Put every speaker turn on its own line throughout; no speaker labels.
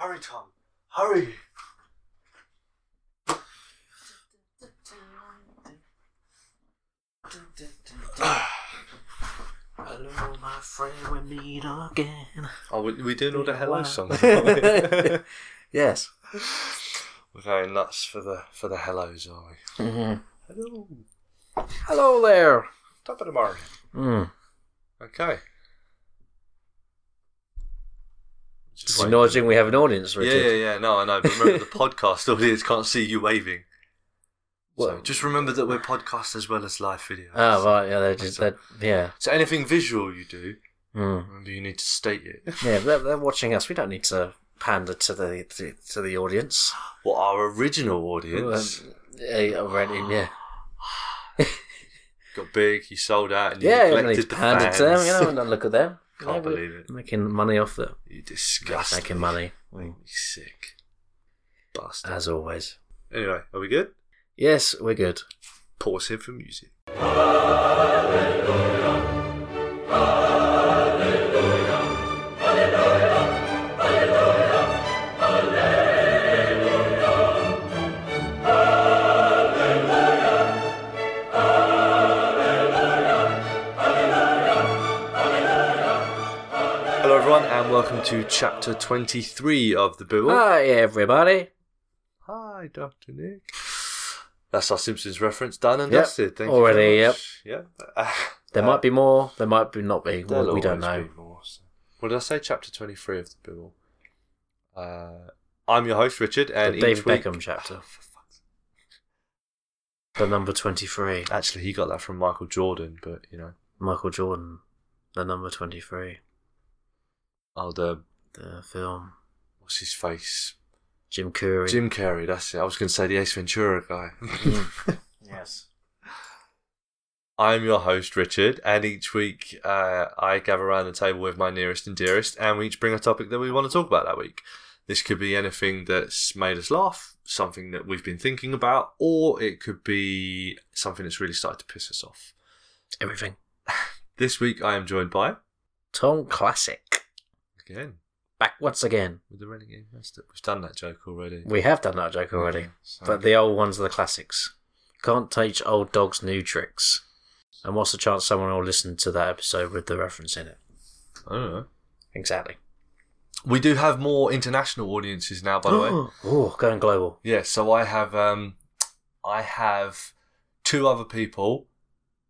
Hurry, Tom. Hurry. Hello, my friend, we meet again.
Oh, we, we doing all the hello
Wow.
songs. aren't we?
Yes.
We're going nuts for the for the hellos, are we?
Mm-hmm.
Hello,
Hello there.
top of the morning.
Mm.
Okay. Just
It's
wait.
acknowledging we have an audience,
Yeah,
Richard.
yeah, yeah. No, I know. But remember, the podcast audience can't see you waving. so
Well-
just remember that we're podcast as well as live videos.
Oh right, yeah, they're just that. Yeah,
So anything visual you do,
mm.
remember you need to state it.
yeah, they're, they're watching us. We don't need to pander to the to, to the audience.
Well, our original audience
Um, yeah, already, yeah,
got big. You sold out, and you
yeah. We don't need
neglected
to
the
pander
fans.
to them. You know, and don't look at them. You
Can't
know, we're
believe it.
Making money off them.
You disgust.
Making money
You sick bastard.
as always.
Anyway, are we good?
Yes, we're good.
Pause here for music. Hello, everyone, and welcome to chapter 23 of The Bill.
Hi Ah, everybody.
Hi, Dr. Nick. That's our Simpsons reference done and
Yep.
dusted. Thank
Already,
you. very
yep.
much. Yep. Yeah.
There might be more. There might be not be.
There'll
We, we don't
Uh, always
know.
be more, so. What did I say? Chapter 23 of the Bible. Uh, I'm your host, Richard, and
The Dave
each week-
Beckham chapter.
Oh, for fuck's-
The number twenty-three,
Actually, he got that from Michael Jordan, but you know.
Michael Jordan. The number twenty-three.
Oh, the.
The film.
What's his face?
Jim Curry.
Jim Carrey, that's it. I was going to say the Ace Ventura guy.
Mm. yes.
I'm your host, Richard, and each week uh, I gather around the table with my nearest and dearest, and we each bring a topic that we want to talk about that week. This could be anything that's made us laugh, something that we've been thinking about, or it could be something that's really started to piss us off.
Everything.
This week I am joined by,
Tom Classic.
again,
Back once again.
with the Renegade Master. We've done that joke already.
We have done that joke already,
So-
but the old ones are the classics. Can't teach old dogs new tricks. And what's the chance someone will listen to that episode with the reference in it?
I don't know.
Exactly.
We do have more international audiences now, by the way.
oh, going global.
Yeah, so I have um I have two other people,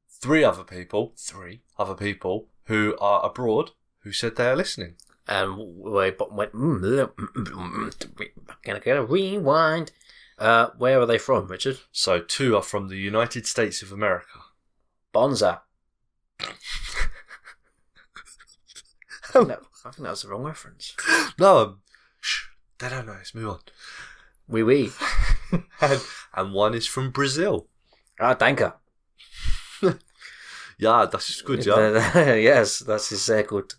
three other people, three other people who are abroad who said they are listening.
And we but went. Mm, bleh, mm, mm, mm, mm, we- Gonna get a rewind. Uh, where are they from, Richard?
So two are from the United States of America.
Bonza. I think that- I think that was the wrong reference.
No, um, shh, they don't know. Let's move on.
Wee wee.
And, and one is from Brazil.
Ah, danke.
Yeah, that's good, yeah.
Uh, yes, das ist sehr gut.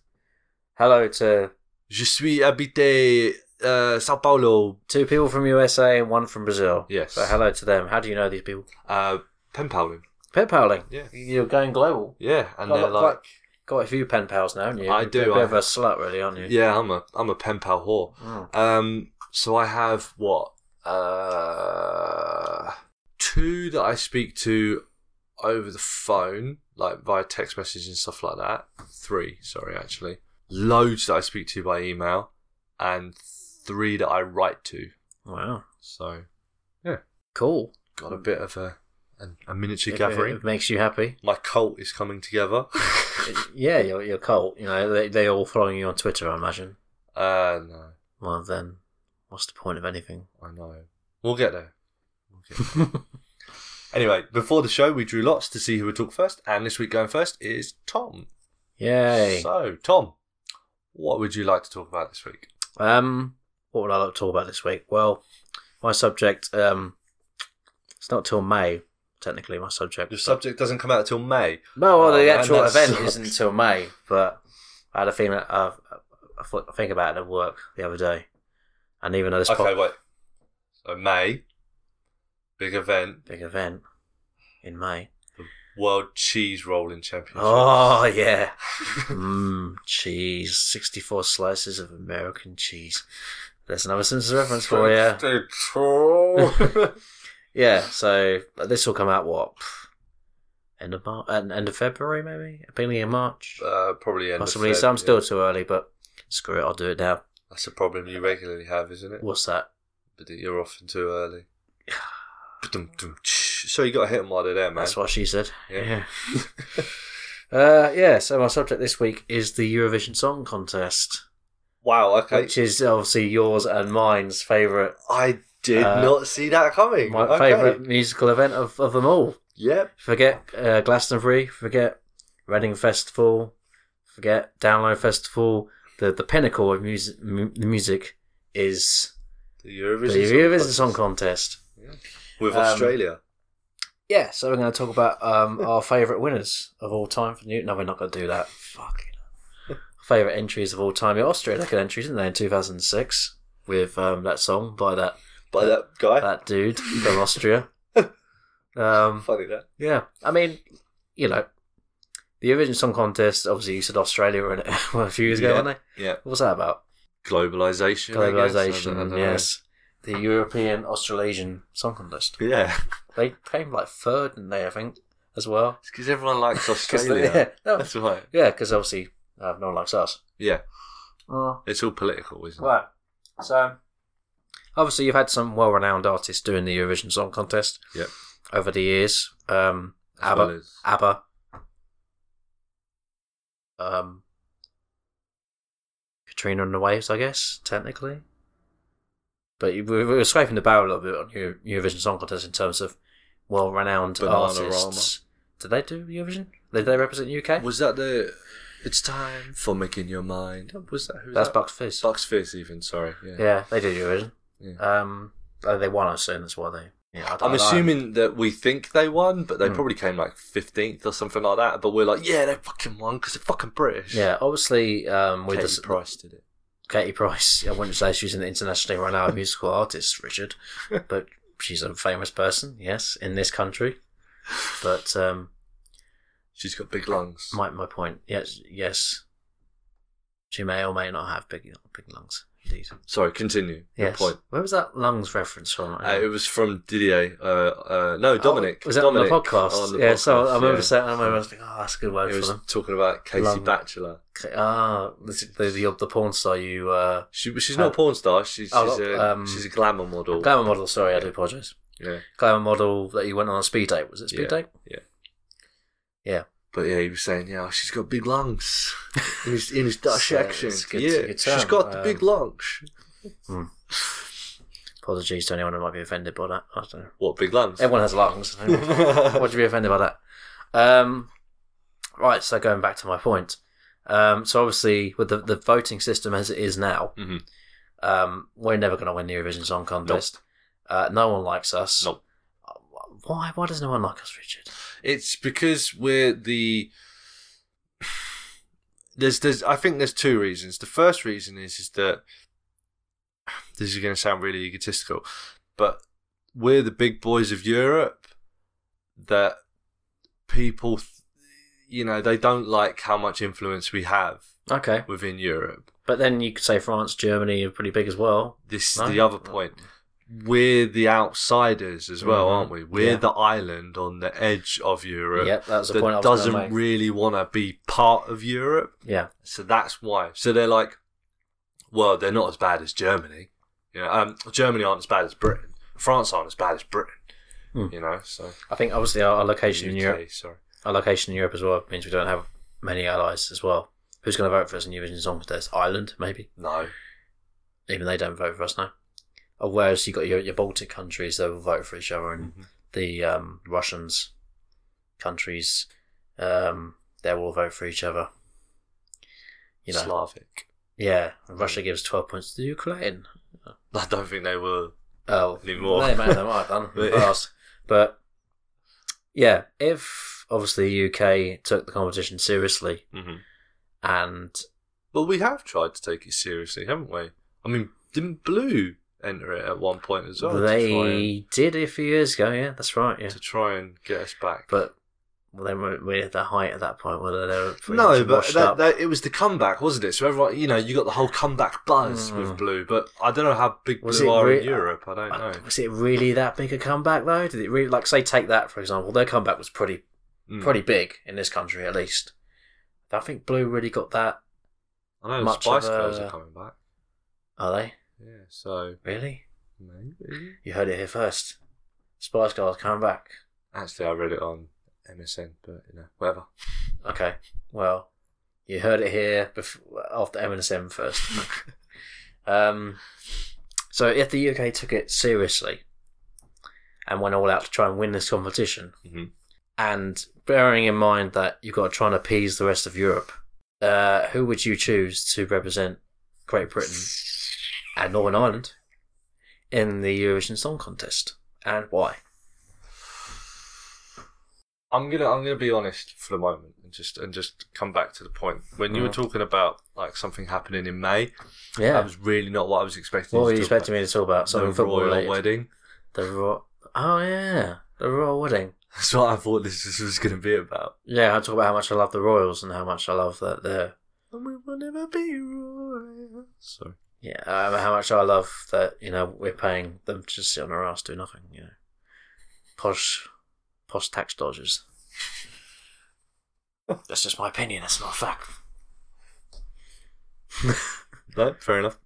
Hello to
Je suis habité uh, Sao Paulo.
two people from USA and one from Brazil.
Yes.
So hello to them. How do you know these people?
Uh, pen paling.
Pen paling.
Yeah.
You're going global.
Yeah, and
Quite-
they're
quite-
like,
Got a few pen pals now, haven't you?
I
You're
do,
A bit
I-
of a slut, really, aren't you?
yeah, I'm a I'm a pen pal whore.
Mm.
Um, so I have what uh, two that I speak to over the phone, like via text message and stuff like that. Three, sorry, actually, loads that I speak to by email, and three that I write to.
Wow.
So
Cool.
got a bit of a a, a miniature
If it-
gathering.
It makes you happy.
My cult is coming together.
yeah, your your cult. You know, they they all following you on Twitter, I imagine.
uh, no,
Well, then, what's the point of anything?
I know. We'll get there. We'll get there. Anyway, before the show, we drew lots to see who would talk first, and this week going first is Tom.
Yay.
So, Tom, what would you like to talk about this week?
Um, what would I like to talk about this week? Well, my subject. Um, it's not till May technically. My subject.
Your subject doesn't come out till May.
No, well,
Oh,
the
man,
actual
that
event
sucks.
isn't until May, but I had a thing that I, I, thought- I think about it at work the other day, and even though this
okay,
pod-
wait. So May, big event,
big event in May.
World Cheese Rolling Championship.
Oh yeah, Mm, mmm, cheese, sixty-four slices of American cheese. There's another Simpsons reference for you. Yeah, so but this will come out what pff, end of March, end of February maybe, beginning of March,
uh, probably end of
possibly.
Feb,
so I'm
yeah.
still too early, but screw it, I'll do it now.
That's a problem you regularly have, isn't it?
What's that?
But that you're often too early. Ba-dum-dum-tsh. so you got to hit them while they're there, man.
That's what she said.
Yeah.
Yeah. uh, yeah. So my subject this week is the Eurovision Song Contest,
Wow. Okay.
which is obviously yours and mine's favorite,
I did
Uh,
not see that coming.
my
okay.
favorite musical event of, of them all.
Yep.
Forget uh, Glastonbury. Forget Reading Festival. Forget Download Festival. The the pinnacle of music, mu- the music is
The
the
Eurovision,
Eurovision Song
Contest
Contest.
with
Um,
Australia.
Yeah, so we're going to talk about um, our favourite winners of all time for New. No, we're not going to do that. Fucking favourite entries of all time. Yeah, Austria took an entry, didn't they, in 2006 with um, that song by that
By that guy.
that dude from Austria. Um,
Funny that.
yeah, I mean, you know, the Eurovision Song Contest. Obviously, you said Australia were in it a few years ago,
Yeah.
weren't they?
Yeah.
What was that about?
Globalization. I guess. I
Globalization.
don't know.
yes, the European Australasian Song Contest.
Yeah.
They came like third, didn't they? I think as well.
It's because everyone likes
'Cause
Australia.
they- yeah, no,
That's right.
yeah, because obviously uh, no one likes us.
Yeah.
Uh,
It's all political, isn't it?
right. So obviously you've had some well-renowned artists doing the Eurovision Song Contest.
Yep.
Over the years, um,
As
ABBA,
well as-
ABBA. Um. Katrina and the Waves, I guess, technically. But we we were scraping the barrel a little bit on Euro- Eurovision Song Contest in terms of well-renowned
Bananarama.
artists. Did they do Eurovision? Did they represent the UK?
Was that the? It's time for making your mind. up? Was that who? Was
That's
that?
Bucks Fizz.
Bucks Fizz. Even sorry. Yeah.
Yeah, they did Eurovision.
Yeah.
Um, oh, they won, I assume. That's why they. Yeah, I don't
I'm
know.
assuming that we think they won, but they
Hmm.
probably came like 15th or something like that. But we're like, yeah, they fucking won because they're fucking British.
Yeah, obviously, um, with
Katie
this,
Price did it.
Katie Price, I wouldn't say she's an internationally renowned musical artist, Richard, but she's a famous person, yes, in this country. But um,
She's got big lungs.
my my point, yes, yes, she may or may not have big big lungs. Indeed.
Sorry, continue. Your
Yes.
point.
Where was that lungs reference from?
Uh, it was from Didier. Uh, uh, no, Dominic.
Oh, was that
Dominic
on the podcast?
on the
yeah, so
podcast,
I remember
yeah.
saying, I remember thinking, oh, that's a good word
It
for
was
them.
talking about Casey
Lung.
Batchelor.
Okay, Ah, this is the, the the porn star you uh,
She, she's
Uh,
not a porn star. She's,
oh,
she's,
look,
a,
um,
she's a glamour model.
glamour model. Sorry, I do apologise.
yeah.
Glamour model that you went on a speed date was it speed
Yeah.
date?
But yeah, he was saying, yeah, she's got big lungs in his, in his Dutch
So it's
accent.
good-
yeah,
good
she's
term,
got the
um,
big lungs.
Apologies to anyone who might be offended by that. I don't know.
What big lungs?
Everyone has lungs. Why'd you be offended by that? Um, right. So going back to my point. Um, so obviously, with the, the voting system as it is now,
Mhm.
um, we're never going to win the Eurovision Song Contest. Uh, no one likes us. Uh,
Nope.
Why? Why does no one like us, Richard?
It's because we're the there's there's I think there's two reasons. The first reason is is that this is going to sound really egotistical, but we're the big boys of Europe that people th- you know they don't like how much influence we have
Okay,
within Europe.
but then you could say France, Germany are pretty big as well.
This is
No?
the other point. We're the outsiders as well,
Mhm.
aren't we? We're
Yeah.
the island on the edge of Europe.
Yep, that was the
that
point I was
doesn't
gonna make.
really want to be part of Europe.
yeah,
So that's why. So they're like, well, they're not as bad as Germany. You know, um, Germany aren't as bad as Britain. France aren't as bad as Britain.
Hmm.
You know, so
I think obviously our, our location in
UK,
Europe,
Sorry,
our location in Europe as well means we don't have many allies as well. Who's going to vote for us in Eurovision Song Contest? Ireland, maybe.
no.
Even they don't vote for us now. Or whereas you got your, your Baltic countries, they will vote for each other, and the um, Russians countries, um, they will vote for each other. You know,
Slavic.
yeah. Russia gives twelve points to Ukraine.
I don't think they were.
Oh,
Anymore.
They may- they might have done in the past. But yeah, if obviously the UK took the competition seriously
hmm
and
Well, we have tried to take it seriously, haven't we? I mean, didn't Blue enter it at one point as well? to try and-
they did a few years ago, yeah, that's right, yeah.
to try and get us back.
But Well, then we're, we're at the height at that point where they were pretty
No,
much
but
washed
that,
up.
that, it was the comeback, wasn't it? So everyone, you know, you got the whole comeback buzz
Mm.
with Blue, but I don't know how big
Was
Blue
it
are
re-
in Europe. I don't know.
Was it really that big a comeback though? Did it really like say take that for example? Their comeback was pretty
Mm.
pretty big in this country at least. I don't think Blue really got that.
I know the
much
Spice
of a-
Girls are coming back.
Are they
Yeah, so
really?
maybe.
You heard it here first. Spice Girls coming back.
Actually, I read it on MSN, but you know, whatever.
Okay, well, you heard it here before, after M&SM first. um, so if the UK took it seriously and went all out to try and win this competition,
Mhm.
and bearing in mind that you've got to try and appease the rest of Europe, uh, who would you choose to represent Great Britain and Northern Ireland in the Eurovision Song Contest, and why?
I'm gonna I'm gonna be honest for the moment and just and just come back to the point when you were
Mm.
talking about like something happening in May. That
Yeah.
was really not what I was expecting.
Um, What
to
were you
talk
expecting
about.
me to talk about? Something
the
football
royal
related.
wedding.
The Royal. Oh yeah, the Royal Wedding.
That's what I thought this, this was gonna be about.
Yeah, I talk about how much I love the Royals and how much I love that they're
And we will never be royal. Sorry.
yeah, um, how much I love that you know we're paying them to just sit on our ass do nothing. You know, posh, posh tax dodgers. That's just my opinion. That's not a fact.
No, fair enough.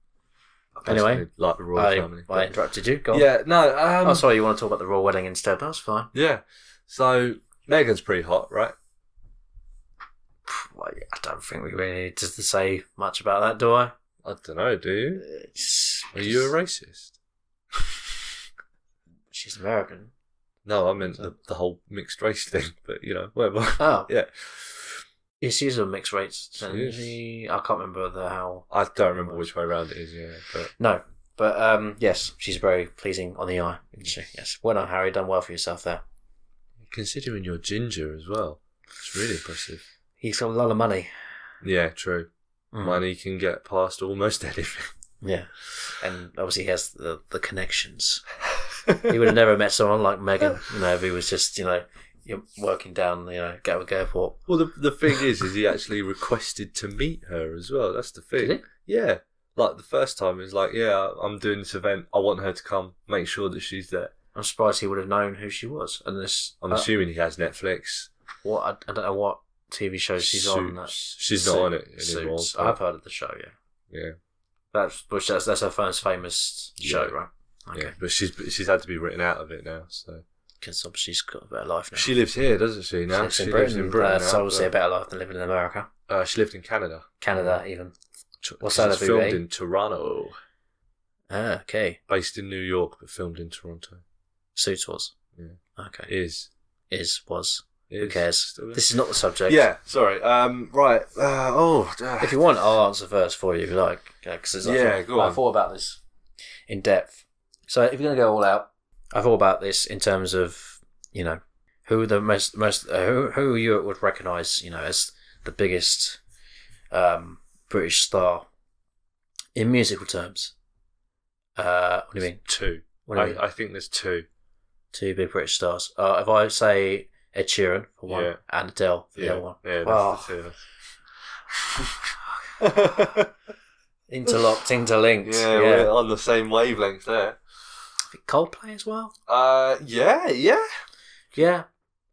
I
Anyway,
basically like the royal
I,
family.
I
but-
interrupted you. Go on.
yeah, no. Um,
oh, sorry. You want to talk about the royal wedding instead? That's fine.
Yeah. So Megan's pretty hot, right?
Well, I don't think we really need to say much about that, do I?
I don't know. Do you?
It's-
Are you a racist?
She's American.
No, I meant the, the whole mixed race thing, but you know, whatever.
Oh,
yeah.
Yeah, she's a mixed race.
She
isn't
is.
she? I can't remember the how.
I don't remember which way around it is, yeah. But
No, but um, yes, she's very pleasing on the eye. Isn't she? Yes, well done, Harry. Done well for yourself there.
considering you're ginger as well, it's really impressive.
He's got a lot of money.
Yeah, true.
Mm.
Money can get past almost anything.
Yeah, and obviously he has the the connections. he would have never met someone like Megan. You know, if he was just you know you're working down you know Gatwick Airport.
Well, the, the thing is, is he actually requested to meet her as well. That's the thing.
Did
Yeah. Like the first time, he was like, yeah, I'm doing this event. I want her to come. Make sure that she's there.
I'm surprised he would have known who she was. Unless
I'm
uh,
assuming he has Netflix.
what I, I don't know what TV show she's on. That
Suits. She's not on it anymore,
Suits.
but-
I've heard of the show. Yeah.
Yeah.
That's which that's that's her first famous show,
Yeah.
right? Okay.
Yeah. But she's she's had to be written out of it now. So
Because obviously she's got a better life now.
She lives here, doesn't she? Now
lives in Britain.
now,
uh, so obviously a
but- Mm.
better life than living in America,
Uh, she lived in Canada.
Canada even.
T-
What's
'cause
that,
it's
a
filmed
BB?
in Toronto,
Ah, okay.
based in New York, but filmed in Toronto.
Suits was.
Yeah.
Okay.
Is,
Is was.
is
Who cares?
still there.
This is not the subject.
yeah, sorry. Um, right. Uh, oh,
If
uh,
you want, I'll answer first for you if you like. uh, Because
Yeah,
I thought,
go on.
I thought about this in depth. So if you're gonna go all out, I thought about this in terms of you know who the most most uh, who who you would recognise you know as the biggest um, British star in musical terms. Uh, what do you mean?
two.
What do you mean?
I, I think there's two.
Two big British stars. Uh, if I say Ed Sheeran for one
Yeah.
and Adele for the
Yeah,
other one,
yeah, that's
Wow.
the two.
interlocked, interlinked.
yeah, we're on the same wavelength there.
Coldplay as well.
Uh, yeah, yeah.
Yeah.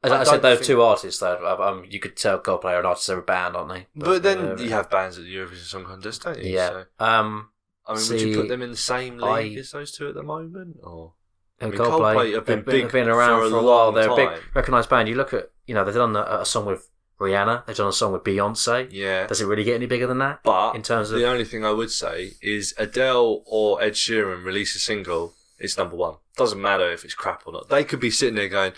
As
I
I, said,
don't
those
think-
two artists, though, um, you could tell Coldplay are an artist, they're a band, aren't they?
But, then
uh,
you have bands at the Eurovision Song Contest, don't you?
yeah.
So,
Um,
I mean, would you
See,
put them in the same
I-
league as those two at the moment, or? I mean,
Coldplay,
Coldplay have been
they've
big
they've been around
for
for
a
a, while.
long
They're a
time.
big, recognised band. You look at, you know, they've done a, a song with Rihanna, they've done a song with Beyonce.
Yeah.
Does it really get any bigger than that?
But
In terms of.
the only thing I would say is Adele or Ed Sheeran release a single, it's number one. Doesn't matter if it's crap or not. They could be sitting there going,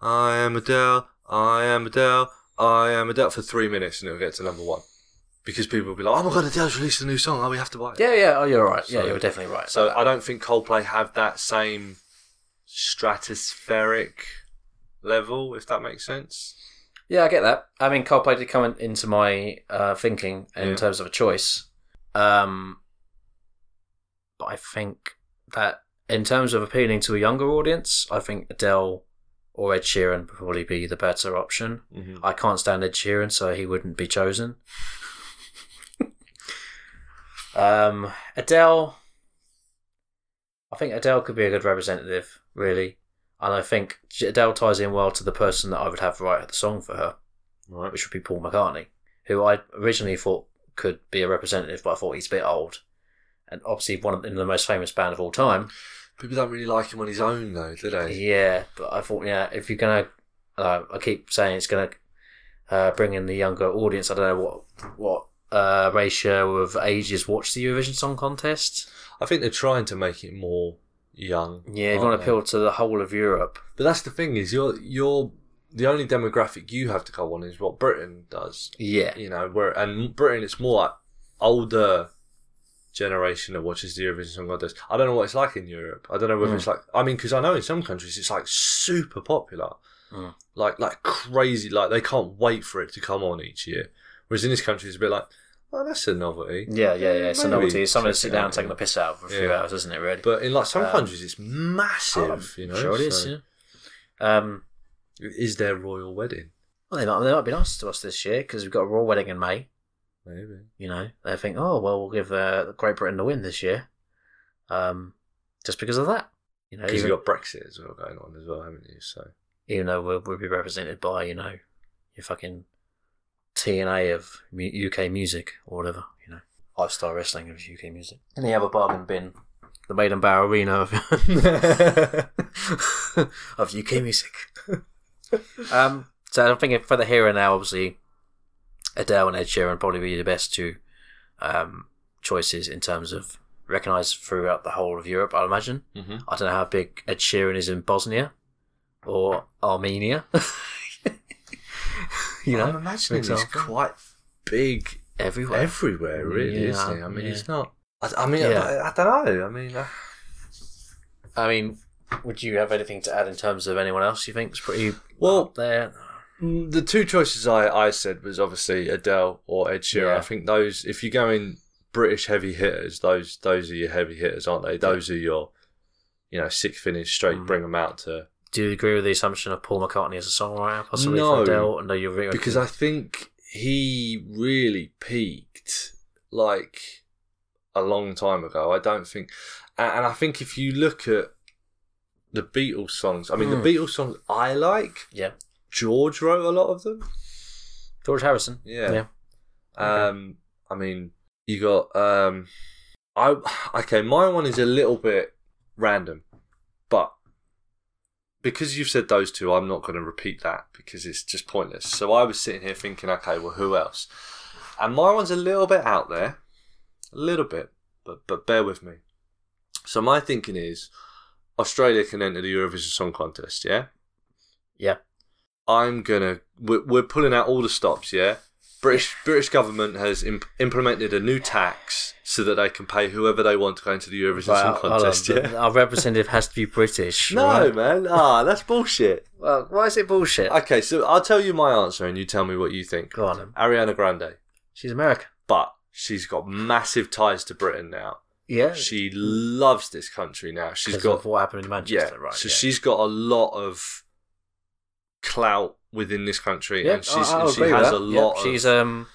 "I am Adele, I am Adele, I am Adele" for three minutes, and it'll get to number one because people will be like, "Oh my god, Adele's released a new song. Oh, we have to buy it."
Yeah, yeah, oh, you're right.
So-
yeah, you're definitely right.
So I don't think Coldplay have that same stratospheric level, if that makes sense.
Yeah, I get that. I mean, Coldplay did come in, into my uh, thinking in
Yeah.
terms of a choice, um, but I think that in terms of appealing to a younger audience, I think Adele or Ed Sheeran would probably be the better option.
hmm
I can't stand Ed Sheeran, so he wouldn't be chosen. um, Adele, I think Adele could be a good representative, really, and I think Adele ties in well to the person that I would have write the song for her,
Right.
which would be Paul McCartney, who I originally thought could be a representative, but I thought he's a bit old, and obviously one of in the most famous band of all time.
People don't really like him on his own, though, do they?
Yeah, but I thought, yeah, if you're gonna, uh, I keep saying it's gonna uh, bring in the younger audience. I don't know what what uh, ratio of ages watch the Eurovision Song Contest.
I think they're trying to make it more young.
Oh, Yeah, you
aren't
want to
they?
appeal to the whole of Europe.
But that's the thing is you're you're the only demographic you have to go on is what Britain does.
Yeah,
You know, where and Britain it's more like older generation that watches the Eurovision Song Contest. I don't know what it's like in Europe. I don't know whether
Mm.
it's like I mean because I know in some countries it's like super popular,
Mm.
like like crazy. Like they can't wait for it to come on each year. Whereas in this country it's a bit like, oh, that's a novelty.
yeah, yeah, yeah. It's a
Maybe
novelty. It's something to
check
sit
it
down
out,
and take
yeah.
the piss out for a few
Yeah.
hours, isn't it? Really.
But in like some
Um, oh,
countries it's massive. you know,
sure it is.
so-
Yeah. Um,
Is their royal wedding?
well, they might they might be nice to us this year because we've got a royal wedding in May.
Maybe.
You know, they think, oh well, we'll give uh, Great Britain the win this year, um, just because of that. You know,
Because
even-
you've got Brexit as well going on as well, haven't you? So
even though we'll, we'll be represented by you know your fucking TNA of mu- UK music or whatever you know five star wrestling of UK music and they have a bargain bin the Maiden Bower Arena of, of UK music um so I'm thinking for the here and now obviously Adele and Ed Sheeran probably be the best two um, choices in terms of recognised throughout the whole of Europe I'd imagine
Mhm.
I don't know how big Ed Sheeran is in Bosnia or Armenia. you know,
I'm imagining
for
it's
example.
quite big
everywhere.
everywhere, really,
Yeah,
isn't it? I mean,
yeah.
it's not. I, I mean,
Yeah.
I, don't know. I mean, uh, I,
I mean, would you have anything to add in terms of anyone else you think's pretty
Well-
up there?
Mm, the two choices I, I said was obviously Adele or Ed Sheeran.
Yeah.
I think those, if you're going British heavy hitters, those those are your heavy hitters, aren't they? Those are your, you know, six finish straight,
Mm.
bring them out to.
Do you agree with the assumption of Paul McCartney as a songwriter, possibly
No,
for Adele? No, you're really
because I think he really peaked like a long time ago. I don't think, and and I think if you look at the Beatles songs, I mean,
Mm.
the Beatles songs I like,
yeah,
George wrote a lot of them.
George Harrison.
Yeah.
yeah.
Um, I mean, you got um, I okay. My one is a little bit random, but because you've said those two, I'm not going to repeat that because it's just pointless. So I was sitting here thinking, okay, well, who else? And my one's a little bit out there, a little bit, but but bear with me. So my thinking is, Australia can enter the Eurovision Song Contest, yeah.
Yeah.
I'm gonna. We're, we're pulling out all the stops. Yeah, British British government has imp- implemented a new tax so that they can pay whoever they want to go into the Eurovision Song
Well, hold on,
Contest. Yeah.
but Our representative has to be British.
No,
right?
man. Ah, that's bullshit.
Well, why is it bullshit?
Okay, so I'll tell you my answer, and you tell me what you think.
Go on, then.
Ariana Grande,
she's American.
but she's got massive ties to Britain now.
Yeah,
She loves this country now. She's
'Cause
got
of what happened in Manchester,
yeah.
right?
so
yeah.
she's got a lot of clout within this country,
Yeah,
and she's,
I- I'll
and she
agree with
has
that.
a lot.
Yeah,
of,
she's um,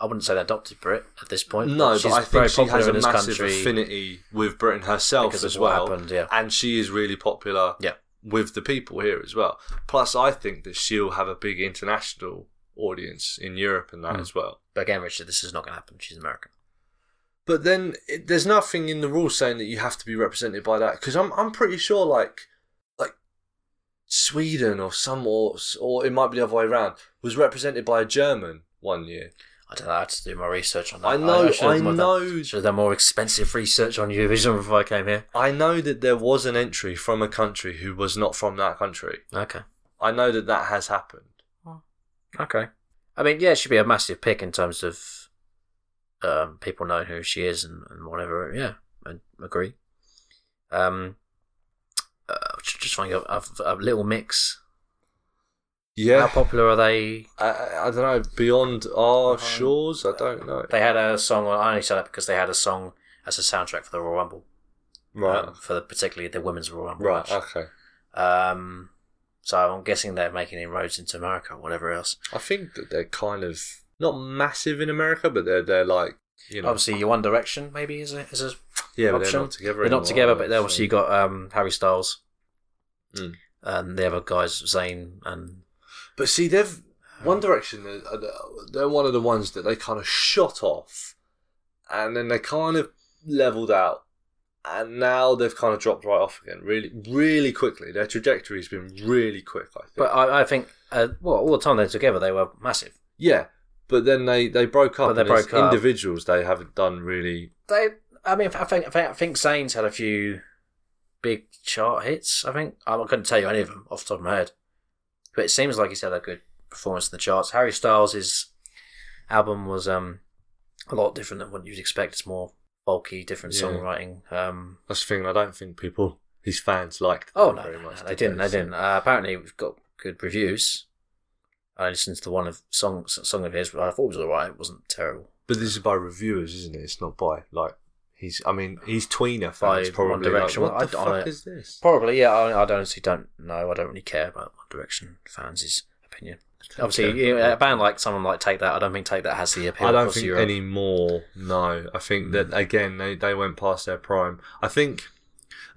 I wouldn't say an adopted Brit at this point.
No, but
she's
I think
very
she
popular
has a
in this
massive
country
affinity with Britain herself
because
as
of what
well,
happened. Yeah,
and she is really popular
Yeah.
with the people here as well. Plus, I think that she'll have a big international audience in Europe and that
Mm.
as well.
but again, Richard, this is not going to happen. She's American.
But then it, there's nothing in the rules saying that you have to be represented by that because I'm I'm pretty sure like like Sweden or some or or it might be the other way around was represented by a German one year.
I don't know. I had to do my research on that.
I know,
should have
I
done-
know
Should have done more expensive research on Eurovision before I came here.
I know that there was an entry from a country who was not from that country.
Okay.
I know that that has happened.
Okay. I mean, yeah, it should be a massive pick in terms of um, people knowing who she is and, and whatever. Yeah, I agree. Um, uh, just just trying to go a, a little mix. How
Yeah.
popular are they?
I, I don't know. Beyond our
Um,
shores, I don't know.
They had a song. I only said that because they had a song as a soundtrack for the Royal uh, Rumble, um, for the, particularly the women's Royal Rumble.
Right.
match.
Okay.
Um, So I'm guessing they're making inroads into America or whatever else.
I think that they're kind of not massive in America, but they're they're like you know
Obviously, your One Direction maybe is a, is a
yeah, but
option.
they're not together.
they're not
anymore,
together,
are
but they obviously got um, Harry Styles
Mm.
and the other guys, Zayn and
But see, they've One Direction. are- are- They're one of the ones that they kind of shot off, and then they kind of leveled out, and now they've kind of dropped right off again, really, really quickly. Their trajectory's been really quick, I think.
But I, I think uh, well, all the time they're together, they were massive.
yeah, but then they they broke up.
But they
and as
broke up.
Individuals, they haven't done really.
They, I mean, I think I think, I think Zayn's had a few big chart hits. I think I couldn't tell you any of them off the top of my head, but it seems like he's had a good performance in the charts. Harry Styles' his album was um a lot different than what you'd expect. It's more bulky, different
Yeah.
songwriting. Um,
That's the thing. I don't think people, his fans, liked.
Oh
them
no,
very
no,
much,
no, they
did
didn't. They
So-
didn't. Uh, apparently, we've got good reviews. I listened to one of song song of his. I thought it was alright. It wasn't terrible.
But this is by reviewers, isn't it? It's not by like he's. I mean, he's tweener
By
fans
One
probably. like,
Direction.
what
I
the
don't-
fuck is this?
Probably, yeah. I, I honestly don't know. I don't really care about One Direction fans' opinion. Obviously,
Okay.
you know, a band like someone like Take That, I don't think Take That has the appeal.
I don't
across
think
Europe. Hmm.
any more. No, I think that again they, they went past their prime. I think,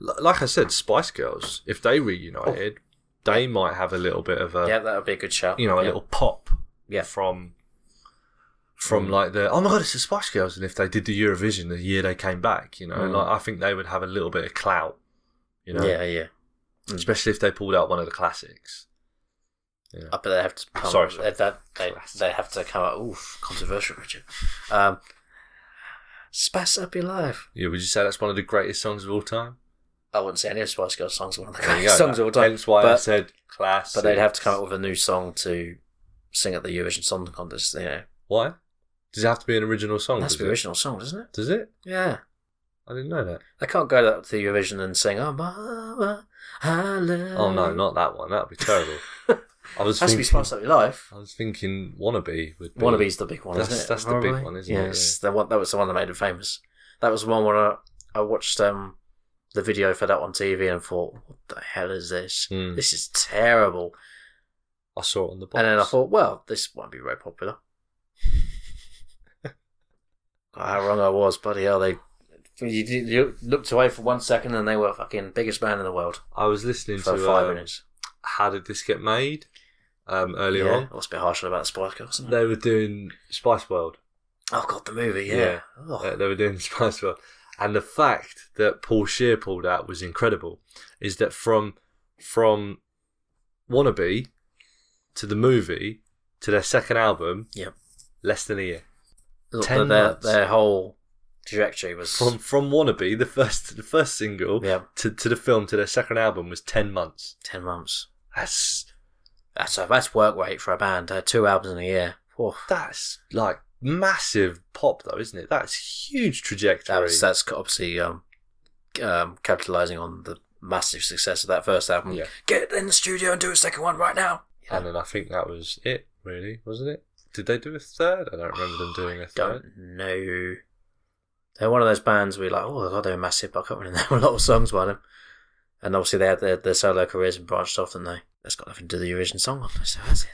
l- like I said, Spice Girls, if they reunited, they might have a little bit of a
Oh. Yeah, that would be a good shout.
uh, you know a
yeah.
little pop
Yeah. Hmm.
from from like the oh my god it's the Spice Girls and if they did the Eurovision the year they came back you know
Mm.
like I think they would have a little bit of clout you know Hmm.
Yeah, yeah.
especially if they pulled out one of the classics
I bet they have to. Come,
Sorry, sorry.
They, they, they, they have to come out. Oof, controversial, Richard. Um, spice up your life.
yeah would you say that's one of the greatest songs of all time
I wouldn't say any of Spice Girls songs are one of the
There you
greatest
go.
songs of all time.
hence why I
but,
said class
but they'd have to come up with a new song to sing at the Eurovision Song Contest. You know,
Why? Does it have to be an original song?
that's
does
the
it?
original song, isn't it?
Does it?
Yeah,
I didn't know that.
they can't go up to the Eurovision and sing "Oh Mama, I love."
Oh no, not that one. That would be terrible. I was
Has to
thinking,
be Spice Up Your Life.
I was thinking wannabe would be
Wannabes the big one,
That's-
isn't it?
that's the big one, isn't it?
yes, The one, that was the one that made it famous. That was the one where I, I watched um, the video for that on TV and thought, "What the hell is this?
Mm.
This is terrible."
I saw it on the box.
And then I thought, well, this won't be very popular. God, How wrong I was, bloody hell! They you, you looked away for one second and they were fucking biggest band in the world
I was listening
for
to
five
uh,
minutes.
how did this get made um,
Yeah,
earlier on.
I was a bit harsher about Spice Girls. wasn't I?
They were doing Spice World.
Oh god, the movie, yeah.
Yeah.
Oh.
Uh, they were doing Spice World, and the fact that Paul Shear pulled out was incredible. Is that from from wannabe to the movie to their second album?
Yep.
less than a year.
Look,
ten
their,
months.
their whole trajectory was
from from wannabe the first the first single
yeah,
to, to the film to their second album was 10 months
ten months.
that's
That's that's work rate for a band. They had two albums in a year. Whew.
that's like massive pop though isn't it that's huge trajectory
That was, that's obviously um, um, capitalizing on the massive success of that first album.
Yeah.
Get in the studio and do a second one right now.
and then i think that was it really wasn't it did they do a third i don't remember them doing a third
Don't know. They're one of those bands where you're like, oh god, they were massive, but I can't remember there were a lot of songs by them. And obviously they had their, their solo careers and branched off, didn't they? That's got nothing to do with the Eurovision Song Contest, has it?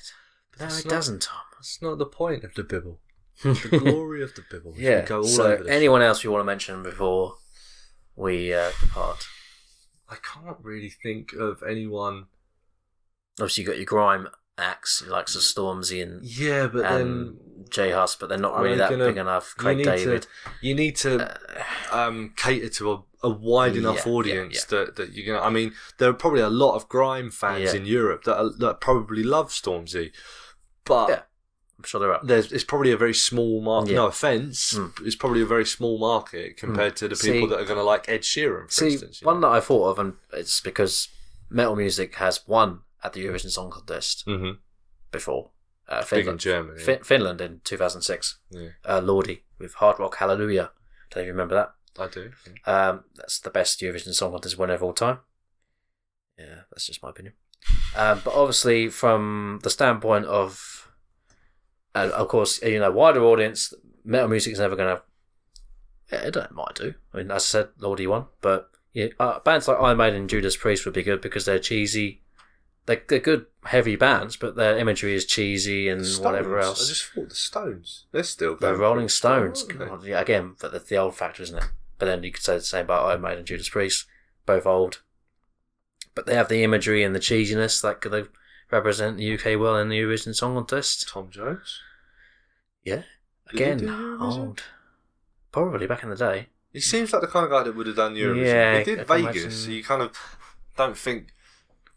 No,
that's
it
not-
doesn't, Tom.
that's not the point of the bibble the glory of the bibble We
yeah.
go all
so
over this.
anyone else you want to mention before we uh, depart?
i can't really think of anyone
Obviously you got your grime acts, your likes of Stormzy and
yeah but
and Jay Huss, but they're not
Are
really
they
that
gonna-
big enough.
then you
Um, Craig
need
David.
to you need to
Uh,
um, cater to a, a wide enough
Yeah, yeah,
audience That, that you're gonna. I mean, there are probably a lot of grime fans
Yeah.
in Europe that are, that probably love Stormzy, but
Yeah. I'm sure they're up.
there's it's probably a very small market.
Yeah.
No offense,
Mm.
it's probably a very small market compared to the people
See-
that are gonna like Ed Sheeran. For
See,
instance, you
one
know?
that I thought of, and it's because metal music has won at the Eurovision Song Contest
Mhm.
before.
big
Uh,
in
Finland,
Germany.
fin- Finland in 2006.
Yeah.
Uh, Lordi with Hard Rock Hallelujah. Don't you remember that?
I do. yeah.
Um, that's the best Eurovision Song Contest winner of all time. Yeah, that's just my opinion. Um, but obviously, from the standpoint of, uh, of course, you know, wider audience, metal music is never going to. Yeah, it don't- might do. I mean, as I said, E Lordy one, but yeah, uh, bands like Iron Maiden and Judas Priest would be good because they're cheesy They're, they're good heavy bands, but their imagery is cheesy and
Stones.
whatever else.
I just thought the Stones. They're still
The
going
Rolling
through-
Stones.
Aren't they?
God, yeah, again, but that's the old factor, isn't it? But then you could say the same about Iron Maiden and Judas Priest, both old. But they have the imagery and the cheesiness that could they represent the UK well in the Eurovision Song Contest.
Tom Jones.
Yeah.
Did he
Again,
do Eurovision?
old. Probably back in the day.
He seems like the kind of guy that would have done Eurovision.
Yeah,
he
I
did
can
Vegas,
imagine.
so you kind of don't think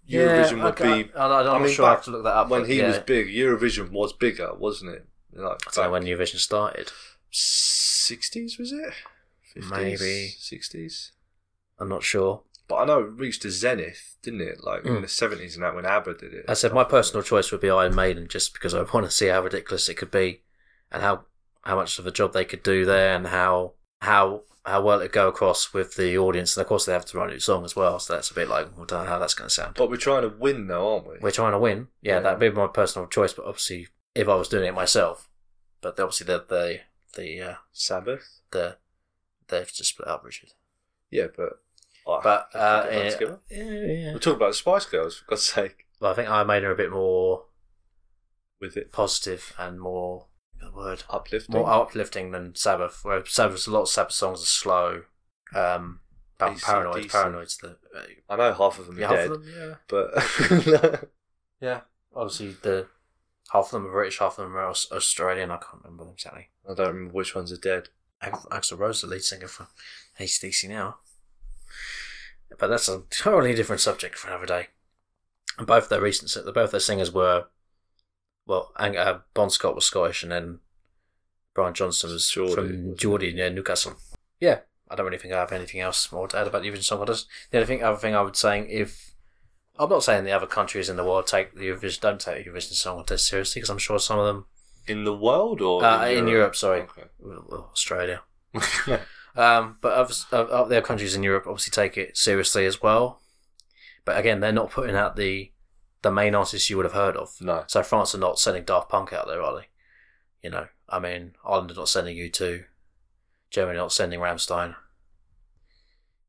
Eurovision would
I,
be.
I, am
I mean,
sure I
back
have to look that up.
when
but
he
yeah.
was big, Eurovision was bigger, wasn't it? Like
I don't know
back
when Eurovision started.
60s, was it? 50s,
Maybe.
60s.
I'm not sure.
But I know it reached a zenith, didn't it? Like
Mm.
in the 70s and that when ABBA did it.
I said my personal choice would be Iron Maiden, just because I want to see how ridiculous it could be, and how how much of a job they could do there, and how how how well it go across with the audience. And of course, they have to write a new song as well, so that's a bit like, well, don't know how that's going to sound.
But we're trying to win now, aren't we?
We're trying to win, yeah,
Yeah.
that'd be my personal choice. But obviously, if I was doing it myself, but obviously the the the uh,
Sabbath.
the they've just split up, Richard.
Yeah, but. Oh,
But
I
uh,
think they're
yeah,
together.
yeah, yeah.
We're talking about the Spice Girls, for God's sake,
Well, I think Iron Maiden are a bit more
with it
positive and more good word.
uplifting.
more uplifting than Sabbath. Where Sabbath, a lot of Sabbath songs are slow. Um, about
Decent,
paranoid,
decent.
paranoid's the uh,
I know half of them are
yeah, half
dead,
of them, yeah,
but
yeah. Obviously, the half of them are British, half of them are Aus- Australian. I can't remember them exactly.
I don't remember which ones are dead.
Ag- Axel Rose, the lead singer for ACDC now, but that's a totally different subject for another day. And both their recent, si- both their singers were, well, and, uh, Bon Scott was Scottish, and then Brian Johnson was
Geordie, wasn't
from
it?
Geordie near Newcastle. Yeah, I don't really think I have anything else more to add about the Eurovision Song Contest. The only thing, other thing I would saying if I'm not saying the other countries in the world take the Eurovision, don't take the Eurovision Song Contest seriously because I'm sure some of them
In the world or
uh, in Europe, sorry,
Okay.
Australia. Um, but others- uh, uh, there are countries in Europe obviously take it seriously as well. But again, they're not putting out the the main artists you would have heard of.
no.
So France are not sending Daft Punk out there, are they? You know, I mean, Ireland are not sending you two. Germany not sending Ramstein.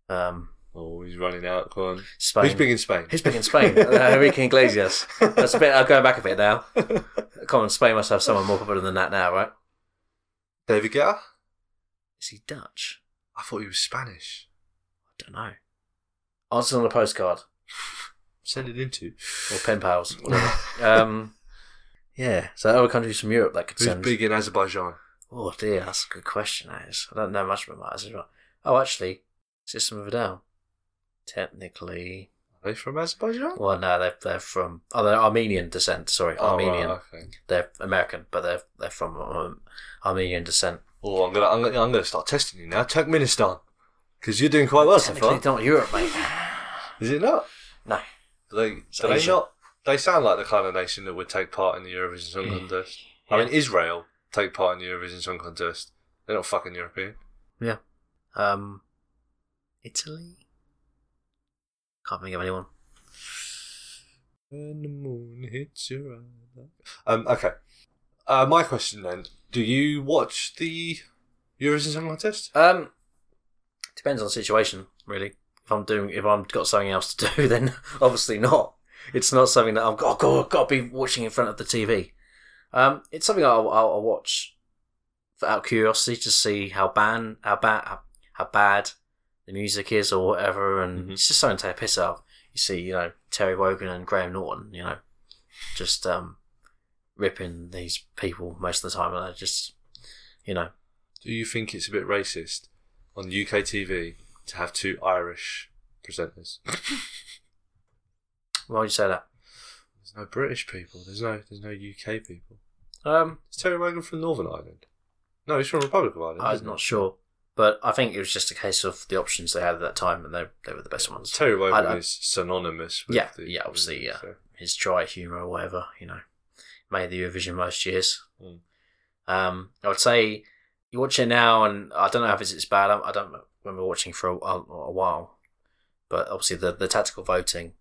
Um,
Oh, he's running out. Come on.
Spain.
Who's big in Spain?
Who's big in Spain? uh, Enrique Iglesias. That's a bit. I'm going back a bit now. Come on, Spain must have someone more popular than that now, right?
David Guetta?
Is he Dutch?
I thought he was Spanish.
I don't know. Answers on a postcard.
Send it into.
or pen pals, whatever. um, yeah, so other countries from Europe that could
Who's
send.
big in Azerbaijan?
Oh dear, that's a good question. That is. I don't know much about Azerbaijan. Oh, actually, System of a Down. Technically,
Are they from Azerbaijan?
well, no, they're they're from oh, they're Armenian descent. Sorry, Armenian.
Oh, right, okay.
They're American, but they're they're from um, Armenian descent.
oh I'm gonna, I'm gonna, I'm gonna start testing you now. Turkmenistan, because you're doing quite well so
Technically,
far.
not Europe, mate.
Is it not?
No,
Do they,
It's
do they
Asia.
not? They sound like the kind of nation that would take part in the Eurovision Song
Yeah.
Contest.
Yeah.
I mean, Israel take part in the Eurovision Song Contest. They're not fucking European.
um, Italy. Can't think of anyone.
When the moon hits your eye. Um, okay. Uh, my question then: Do you watch the Eurovision Song Contest?
Um, depends on the situation, really. If I'm doing, if I'm got something else to do, then obviously not. It's not something that I've got, got, got to be watching in front of the TV. Um, it's something I'll, I'll, I'll watch for- out of curiosity to see how ban how bad how, how bad the music is or whatever, and
Mhm.
it's just something to take a piss out. of. You see, you know Terry Wogan and Graham Norton, you know, just um, ripping these people most of the time, and I just, you know,
Do you think it's a bit racist on UK TV to have two Irish presenters?
why would you say that?
There's no British people. There's no. There's no UK people.
Um,
Is Terry Wogan from Northern Ireland? No, he's from Republic of Ireland.
I'm
isn't he?
Uh, not sure, but I think it was just a case of the options they had at that time, and they they were the best ones.
Terry
I
Wogan
don't-
is synonymous with
Yeah,
the,
yeah, obviously, yeah.
so-
His dry humour or whatever, you know, made the Eurovision most years.
Mm.
Um, I would say you watch it now, and I don't know if it's, it's bad. I, I don't remember watching for a, a, a while, but obviously the the tactical voting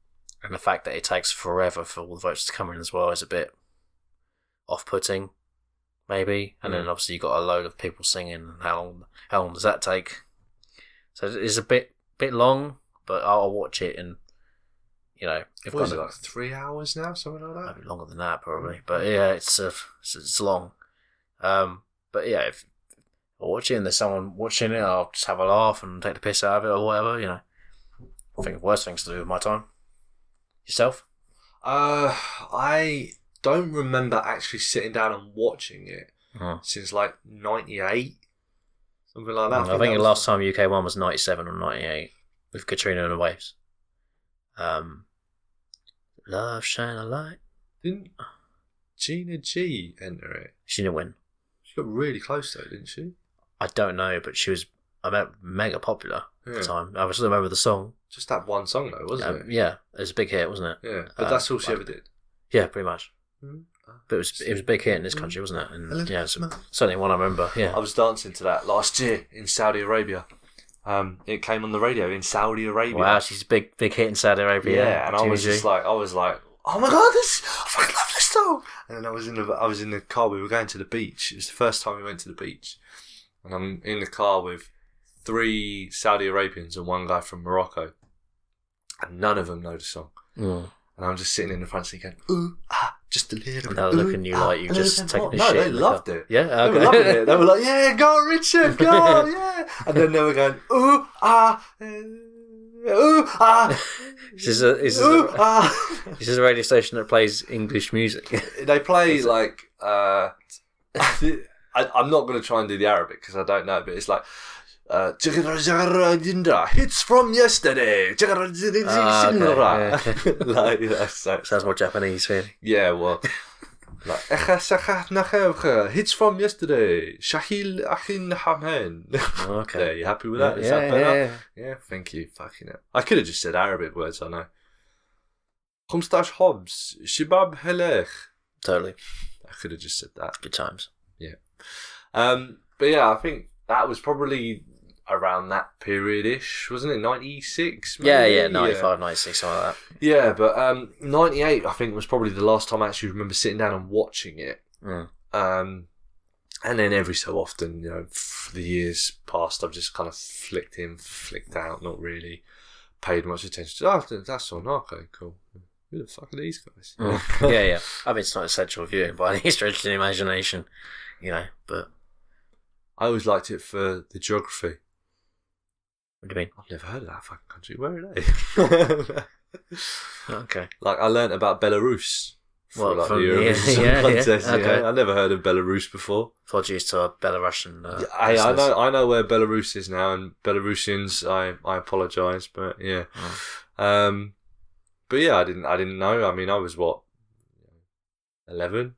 and the fact that it takes forever for all the votes to come in as well is a bit off putting, maybe. And
Mm.
then obviously you got a load of people singing, and how long how long does that take? So it's a bit bit long, but I'll watch it and you know, they've
What is it,
gone-
like three hours now, something like that?
Maybe longer than that, probably. But yeah, it's uh, it's, it's long. Um, but yeah, if I watch it and there's someone watching it, I'll just have a laugh and take the piss out of it or whatever. You know, I think of worse things to do with my time. Yourself?
Uh, I don't remember actually sitting down and watching it
Hmm.
since like '98, something like that.
Mm, I think
that
the
was-
last time UK one was '97 or '98 with Katrina and the Waves. Um, love shine a light.
didn't Gina G enter it.
She didn't win.
She got really close though, didn't she?
I don't know, but she was. I meant mega popular
Yeah.
at the time. I still remember the song.
Just that one song though, wasn't
Um,
it?
yeah, it was a big hit, wasn't it?
Yeah, but
Uh,
that's all she
like-
ever did.
Yeah, pretty much.
Mm.
But it was it was a big hit in this country, wasn't it? And yeah, it's
Smith.
certainly one I remember.
I
Yeah,
was dancing to that last year in Saudi Arabia. Um, it came on the radio in Saudi Arabia.
wow, she's a big big hit in Saudi
Yeah,
Arabia.
and I was
TVG.
just like, I was like, oh my god, this, I fucking love this song. And then I was in the, I was in the car. We were going to the beach. It was the first time we went to the beach, and I'm in the car with three Saudi Arabians and one guy from Morocco, and none of them know the song.
Mm.
And I'm just sitting in the front seat going, ooh, ah, just a little
and
bit.
they were
ooh,
looking at you
ah,
like you
a
just
little
taking
bit
a
more."
shit.
No, they
in the
loved
car.
it.
Yeah,
They were loving
okay.
it. They were like, yeah, go on, Richard, go on, yeah. And then they were going, ooh, ah, uh, ooh, ah,
This is a- this is a-
ooh, ah.
This is a radio station that plays English music.
they play like, uh, I, I'm not going to try and do the Arabic because I don't know, but it's like, uh, hits from yesterday.
Ah, okay, yeah.
like, that's so,
Sounds more Japanese, really.
yeah, well, like "Echa sacha nachevcha, hits from yesterday. Shahil Ahin Hamhen.
Oh,
There,
okay.
you happy with that? Is that better? Yeah, thank you. Fucking it. I could have just said Arabic words. I know. Khumstash Hobbs, Shibab Helech.
Totally.
I could have just said that.
Good times.
Um, but yeah, I think that was probably around that period ish, wasn't it? Ninety six.
Yeah, yeah, 95, 96, something like
Yeah, but um, 98, I think, was probably the last time I actually remember sitting down and watching it.
Mm.
Um, and then every so often, you know, f- the years passed, I've just kind of flicked in, flicked out, not really paid much attention. Oh, th- that's on. Okay, cool. Who the fuck are these guys?
that. Mm. yeah, yeah. I mean, it's not essential viewing by any stretch of the imagination, you know, but
I always liked it for the geography.
what do you mean?
I've never heard of that fucking country. Where are they?
Okay.
like, I learnt about Belarus. For
Well,
like
from-
the
yeah,
Eurovision
yeah, yeah,
contest, you
okay.
know? I never heard of Belarus before.
Apologies to our Belarusian. Uh,
Yeah, I, I
listeners.
know I know where Belarus is now, and Belarusians, I, I apologise, but yeah, um, but yeah, I didn't I didn't know. I mean, I was what 11?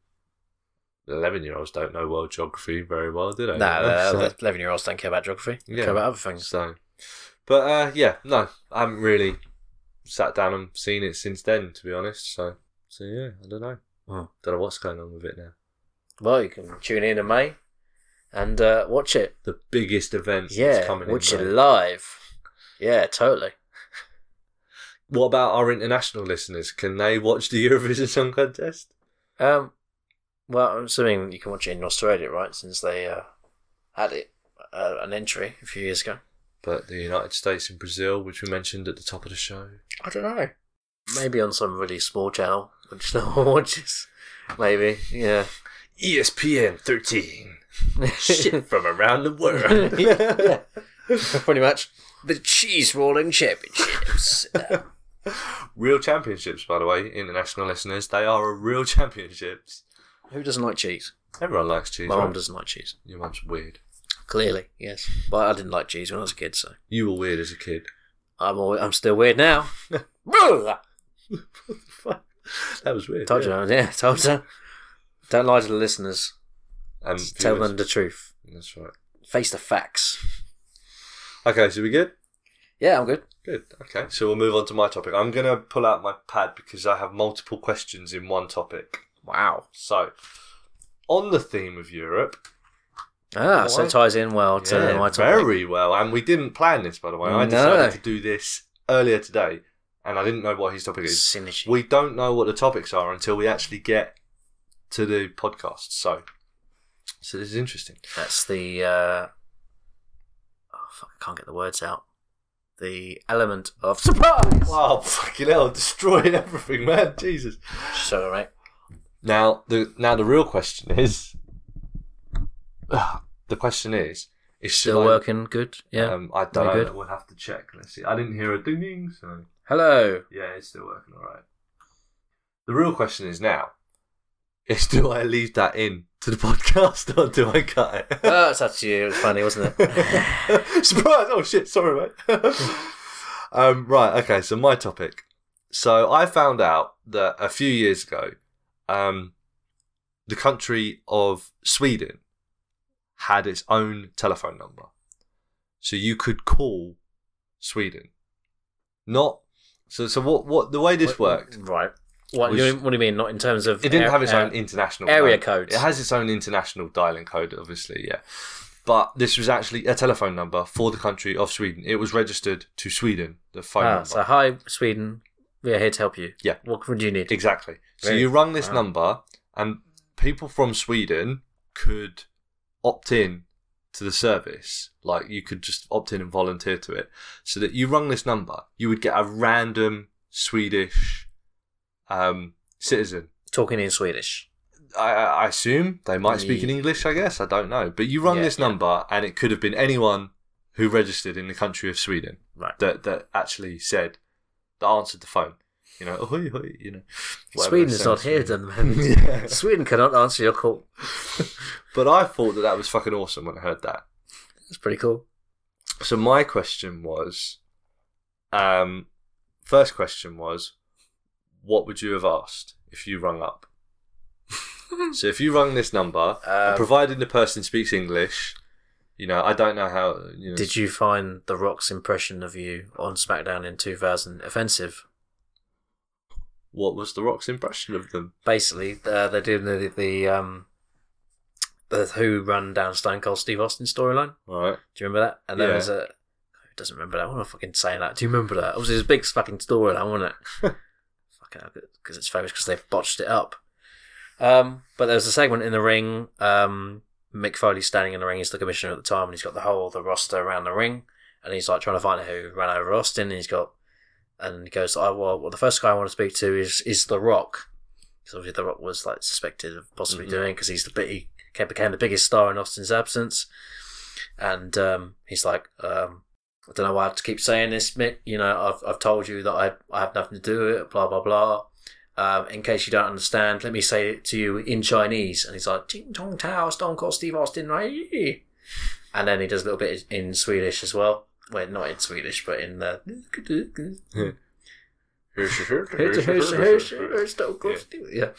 11 year olds don't know world geography very well, do they?
Nah,
You know, so-
11 year olds don't care about geography. They
Yeah.
care about other things.
so, but uh, yeah, no, I haven't really sat down and seen it since then, to be honest. So, so yeah, I don't know.
Hmm.
Don't know what's going on with it now.
Well, you can tune in in May and uh, watch it.
The biggest event
Yeah,
that's coming
watch
in.
it
May.
live. Yeah, totally.
What about our international listeners? Can they watch the Eurovision Song Contest?
Um, well, I'm assuming you can watch it in Australia, right? Since they uh, had it uh, an entry a few years ago.
But the United States and Brazil, which we mentioned at the top of the show.
I don't know. Maybe on some really small channel which no one watches. Maybe, yeah.
E ESPN 13. Shit from around the world.
Yeah. Pretty much. The cheese rolling championships.
real championships, by the way, international listeners. They are real championships.
Who doesn't like cheese?
Everyone likes cheese.
My mum
right?
doesn't like cheese.
Your mum's weird.
Clearly, yes. But I didn't like cheese when I was a kid, so
You were weird as a kid.
I'm always, I'm still weird now. Told
That was weird.
you, yeah, told you. Don't lie to the listeners.
Um,
Tell them the truth.
That's right.
Face the facts.
Okay, so we good?
Yeah, I'm good.
Good. Okay. So we'll move on to my topic. I'm going to pull out my pad because I have multiple questions in one topic.
Wow.
So, on the theme of Europe,
Ah, so it
Alright.
ties in well to
yeah,
my topic.
very well. And we didn't plan this, by the way. I
No.
decided to do this earlier today, and I didn't know what his topic is.
Synergy.
We don't know what the topics are until we actually get to the podcast. So, so this is interesting.
That's the. Uh... Oh fuck! I can't get the words out. the element of surprise.
Wow, Oh, fucking hell, destroying everything, man. Jesus.
So, right.
Now the now the real question is the question is is should
Still
I-
working good. Yeah.
Um, I don't
Very
know.
good.
We'll have to check. Let's see. I didn't hear a ding ding, so
Hello.
yeah, it's still working all right. The real question is now: is do I leave that in to the podcast or do I cut it?
Oh, it's actually It was funny, wasn't it?
Surprise! Oh shit! Sorry, mate. um, right. Okay. So my topic. So I found out that a few years ago, um, the country of Sweden had its own telephone number, so you could call Sweden. Not so. So what? What the way this worked?
Right. What,
Was-
you, mean- what do you mean? Not in terms of
It didn't
air-
have its
air-
own international
area
code.
codes.
It has its own international dialing code, obviously, yeah. But this was actually a telephone number for the country of Sweden. It was registered to Sweden, the phone
Ah,
number.
so hi Sweden, we are here to help you.
Yeah.
What do you need?
Exactly. So
Really?
you rung this
Wow.
number, and people from Sweden could opt in to the service. Like you could just opt in and volunteer to it. So that you rung this number, you would get a random Swedish um, citizen
Talking in Swedish.
I, I assume they might speak in
Yeah.
English. I guess I don't know. But you rung
Yeah,
this
yeah.
number, and it could have been anyone who registered in the country of Sweden
Right.
that that actually said that answered the phone. You know, ahoy, ahoy, you know. whatever
Sweden
it
is not
sounds
here at
like.
the moment.
Yeah.
Sweden cannot answer your call.
But I thought that that was fucking awesome when I heard that.
It's pretty cool.
So my question was, um, first question was, what would you have asked if you rung up? so if you rung this number, and
Um,
providing the person speaks English, you know, I don't know how. You know,
Did you find The Rock's impression of you on SmackDown in 2000 offensive?
what was the Rock's impression of them?
Basically, uh, they're doing the, the, um, the Who Run Down Stone Cold Steve Austin storyline.
All right.
Do you remember that? And there
Yeah.
was a. Who doesn't remember that? What am I fucking saying that? Do you remember that? Obviously, it was a big fucking storyline, wasn't it? fucking because it's famous because they botched it up. Um, but there was a segment in the ring. Um, Mick Foley's standing in the ring. He's the commissioner at the time, and he's got the whole the roster around the ring, and he's like trying to find out who ran over Austin. And he's got, and he goes, "I well, well, the first guy I want to speak to is is The Rock." Because obviously The Rock was like suspected of possibly
Mhm.
doing because he's the big, he ca- became the biggest star in Austin's absence, and um, he's like, um, I don't know why I have to keep saying this, Mick. You know, I've I've told you that I I have nothing to do with it. Blah blah blah. Um, in case you don't understand, let me say it to you in Chinese. And he's like, Ting Tong Tao, Stone Cold Steve Austin, right? And then he does a little bit in Swedish as well. Well, not in Swedish, but in the. Yeah.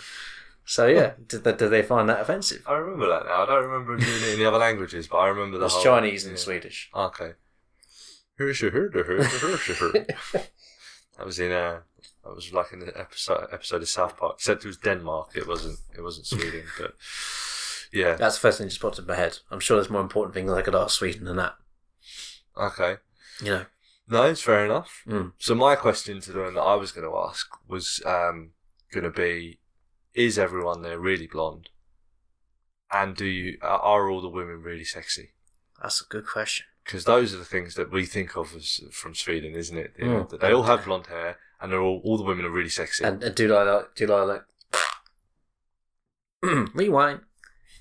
So, yeah, did, they- did they find that offensive?
I remember that now. I don't remember him doing it in the other languages, but I remember the
It's
whole-
Chinese
Yeah.
and Swedish.
Okay. that was in uh that was like in an episode episode of South Park. Except it was Denmark. It wasn't it wasn't Sweden, but yeah.
That's the first thing that just popped in my head. I'm sure there's more important things I could ask Sweden than that.
Okay.
You know,
No, it's fair enough.
Mm.
So my question to them that I was gonna ask was um gonna be is everyone there really blonde? And do you are- are all the women really sexy?
that's a good question.
Because those are the things that we think of as from Sweden, isn't it? You know,
Mm.
that they all have blonde hair, and they're all all the women are really sexy.
And, and do they like? Do they like? rewind.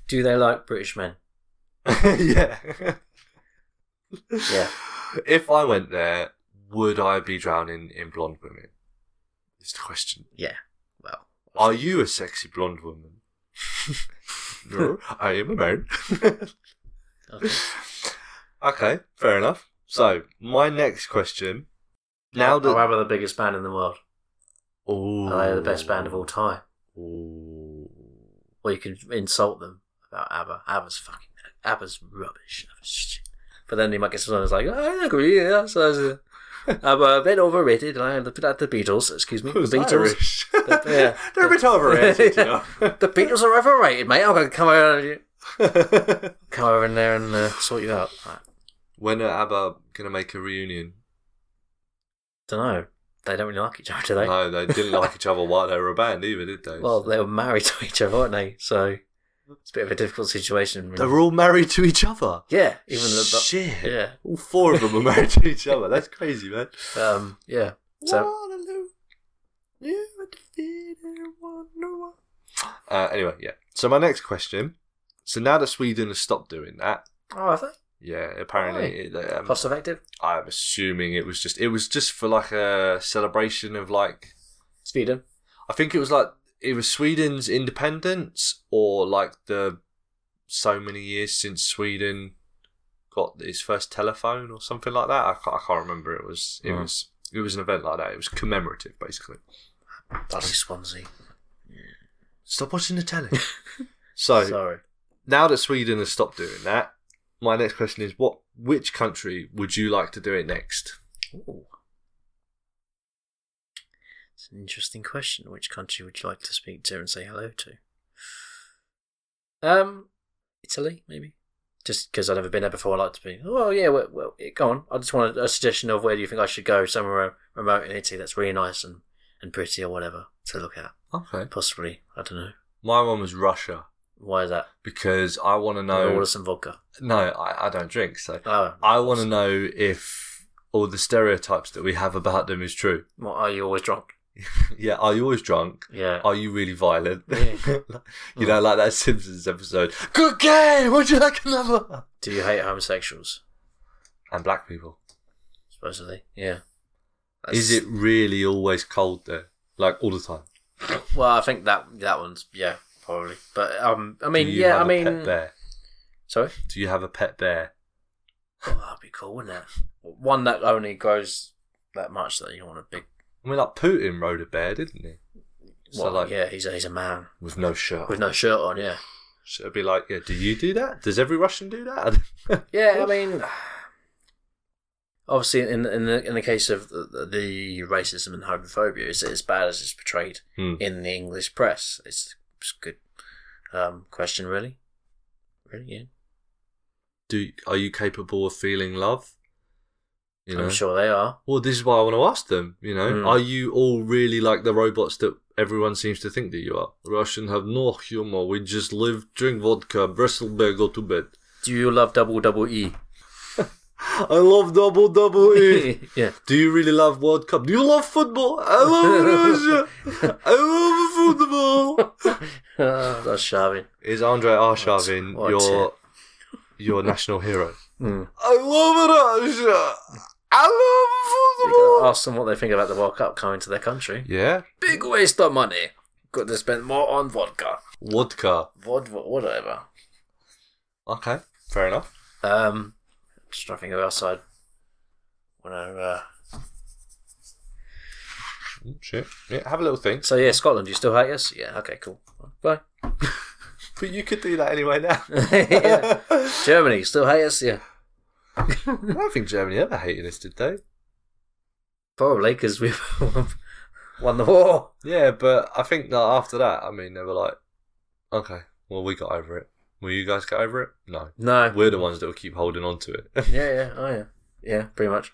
Do they like British men?
yeah.
Yeah.
If I went there, would I be drowning in blonde women? Is the question.
Well,
Are you a sexy blonde woman? no, I am a man.
okay.
okay, fair enough. So, my next question. Now
Or
that.
rather, the biggest band in the world.
Oh,
Are they the best band of all time?
Ooh.
Or you can insult them about ABBA. ABBA's fucking ABBA's rubbish. ABBA's shit. But then you might get someone who's like, I agree. Yeah, so so- I'm a bit overrated. I the, the Beatles, excuse me, the
Who's
Beatles.
Irish?
yeah.
They're a bit overrated, you know.
The Beatles are overrated, mate. I'm gonna come over, and- come over in there and uh, sort you out. Right.
when are ABBA going to make a reunion?
don't know. They don't really like each other, do they?
No, they didn't like each other while they were a band either, did they?
Well, they were married to each other, weren't they? So It's a bit of a difficult situation.
They're all married to each other.
yeah, even the,
Shit.
yeah,
All four of them are married to each other. That's crazy, man.
um, yeah. So
Waterloo. You were defeated, Waterloo. Uh, anyway, yeah. So my next question. So now that Sweden has stopped doing that,
oh, have they
yeah, apparently, it, um,
cost effective?
I'm assuming it was just it was just for like a celebration of like
Sweden.
I think it was like it was Sweden's independence or like the so many years since Sweden got its first telephone or something like that. I can't, I can't remember. It was it
Right.
was it was an event like that. It was commemorative, basically.
Bloody Swansea.
Stop watching the telly. so
Sorry.
now that Sweden has stopped doing that, my next question is: What which country would you like to do it next?
Ooh. It's an interesting question. Which country would you like to speak to and say hello to? Um, Italy, maybe. Just because I've never been there before, I like to be. Oh yeah, well, well yeah, go on. I just want a, a suggestion of where do you think I should go? Somewhere remote in Italy that's really nice and, and pretty or whatever to look at.
Okay,
Possibly, I don't know.
my one was Russia
Why is that?
because I want to
No,
know.
order some vodka.
No, I, I don't drink, so
Oh,
I want to know if all the stereotypes that we have about them is true.
what are you always drunk?
yeah, are you always drunk?
Yeah.
Are you really violent?
Yeah.
you know, like that Simpsons episode. Good game. Would you like another?
Do you hate homosexuals?
And black people.
Supposedly, yeah.
Is it really always cold there? Like all the time.
Well, I think that that one's yeah, probably. But um, I
Do
mean,
you
yeah, I
have a
mean,
pet bear.
sorry,
Do you have a pet bear?
oh, that'd be cool, wouldn't it? One that only grows that much that you don't want a big.
I mean, like Putin rode a bear, didn't he? So,
Well,
like-
yeah, he's a, he's a man
With no shirt.
with no shirt on. Yeah,
So it'd be like, yeah. Do you do that? Does every Russian do that?
yeah. I mean, obviously, in in the in the case of the, the racism and homophobia, is it as bad as it's portrayed
Hmm.
in the English press? It's, it's a good um, question, really. Really, yeah.
do are you capable of feeling love? You know?
I'm sure they are.
Well, this is why I want to ask them. You know,
Mm.
are you all really like the robots that everyone seems to think that you are? Russian have no humor. We just live, drink vodka, wrestle bear, go to bed.
Do you love double double E?
I love double double E.
yeah.
Do you really love World Cup? Do you love football? I love Russia. I love football.
Oh, that's Sharvin.
Is Andre Arshavin
What- what
your your national hero?
Mm.
I love Russia. I love
You gotta
football.
ask them what they think about the World Cup coming to their country.
Yeah,
Big waste of money. Could have spent more on vodka.
vodka.
Vod, whatever.
Okay, fair enough.
Um, just trying to think of outside. When I, uh...
Mm, Shit. Yeah, have a little think.
So yeah, Scotland. You still hate us? Yeah. Okay. Cool. Bye.
But you could do that anyway now.
yeah.
I
Germany. you Still hate us? Yeah.
don't think Germany ever hated us, did they?
Probably because we've won the war.
Yeah, but I think that after that, I mean, they were like, okay, well, we got over it. Will you guys get over it? No.
No.
We're the ones that will keep holding on to it.
Yeah. Yeah. Oh yeah. Yeah. Pretty much.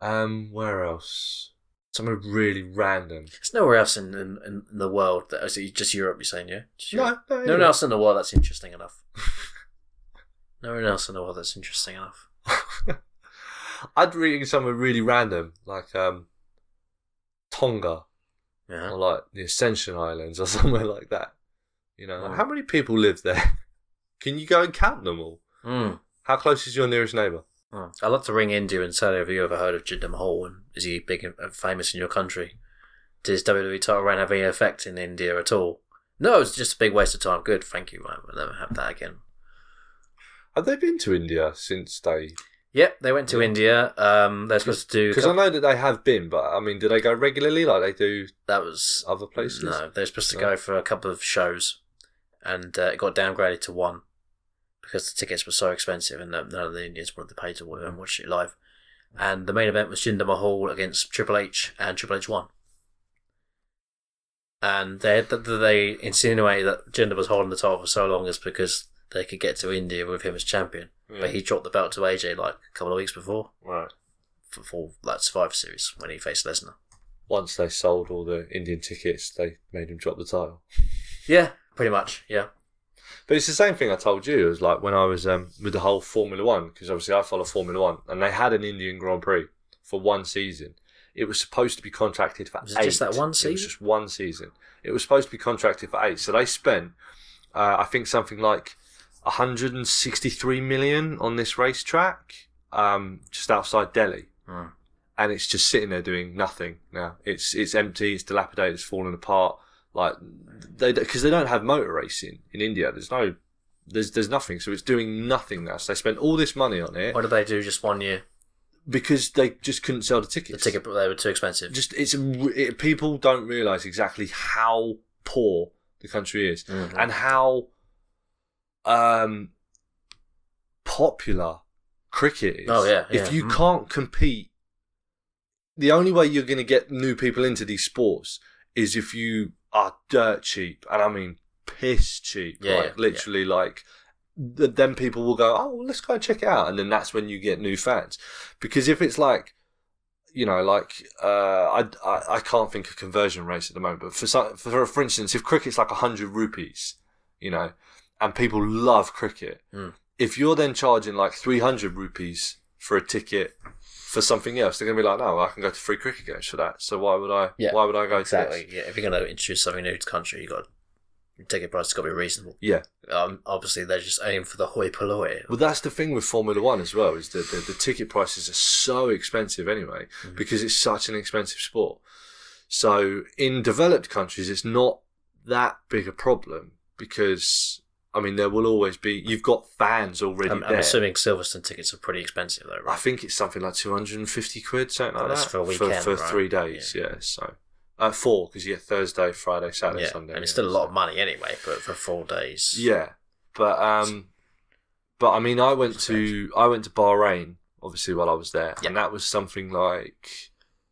um, where else? Something really random.
There's nowhere else in in, in the world that is it just Europe. You're saying yeah? Just Europe?
no,
No one else in the world that's interesting enough. no one else in the world that's interesting enough.
I'd reading something really random, like um, Tonga
Yeah.
or like the Ascension Islands or somewhere like that. You know, like,
Mm.
how many people live there? Can you go and count them all?
Mm.
How close is your nearest neighbour?
Mm. I'd like to ring India and say, have you ever heard of Jiddam Hall? And is he big and famous in your country? Does WWE title reign have any effect in India at all? No, it's just a big waste of time. Good, thank you, man. We'll never have that again.
Have they been to India since they?
Yep, they went to India. Um, they're supposed to do.
Because I know that they have been, but I mean, do they go regularly like they do
that was
other places?
No, they were supposed to
No.
go for a couple of shows, and uh, it got downgraded to one because the tickets were so expensive, and no- none of the Indians wanted to pay to go and watch it live. And the main event was Jinder Mahal against Triple H, and Triple H won. And they that that they insinuated that Jinder was holding the title for so long is because they could get to India with him as champion, but he dropped the belt to AJ like a couple of weeks before
Right.
for, for that Survivor Series when he faced Lesnar.
Once they sold all the Indian tickets, they made him drop the title.
Yeah, Pretty much, yeah.
But it's the same thing I told you. It was like when I was um, with the whole Formula One, because obviously I follow Formula One, and they had an Indian Grand Prix for one season. It was supposed to be contracted for
Was
eight.
it just that
It
one
was
season?
just one season. It was supposed to be contracted for eight. So they spent, uh, I think, something like 163 million on this racetrack, um, just outside Delhi,
Hmm.
and it's just sitting there doing nothing now. It's it's empty. It's dilapidated. It's falling apart. Like they because they don't have motor racing in India. There's no. There's, there's nothing, so it's doing nothing now. So they spent all this money on it
What did they do just one year?
because they just couldn't sell the
The
tickets.
ticket, they were too expensive.
Just it's it, people don't realize exactly how poor the country is
Mhm.
and how um popular cricket is.
Oh, yeah,
If
yeah.
you
Mm.
can't compete, the only way you're going to get new people into these sports is if you are dirt cheap, and I mean piss cheap.
Yeah,
like
yeah,
literally, like th- then people will go, oh, well, let's go and check it out, and then that's when you get new fans. Because if it's like you know, like uh, I, I I can't think of conversion rates at the moment, but for some, for for instance, if cricket's like hundred rupees, you know, and people love cricket,
Mm.
if you're then charging like three hundred rupees for a ticket for something else, they're gonna be like, no, I can go to free cricket games for that. So why would I?
Yeah,
why would I go to
Exactly.
this?
Yeah, if you're going to introduce something new to the country, you got your ticket price has got to be reasonable.
Yeah.
Um, obviously, they're just aiming for the hoi polloi.
Well, that's the thing with Formula One as well is that the, the ticket prices are so expensive anyway
Mm-hmm.
because it's such an expensive sport. So in developed countries, it's not that big a problem because I mean there will always be you've got fans already
I'm, I'm
there.
assuming Silverstone tickets are pretty expensive, though,
I
right?
think it's something like two hundred and fifty quid, something like
That's
that
for a weekend,
for,
right?
three days. Yeah, so uh, four because you get Thursday, Friday, Saturday,
yeah,
Sunday.
and it's
yeah,
still a
so-
lot of money anyway, but for four days.
yeah, but um, but I mean, I went to I went to Bahrain obviously while I was there,
Yeah.
and that was something like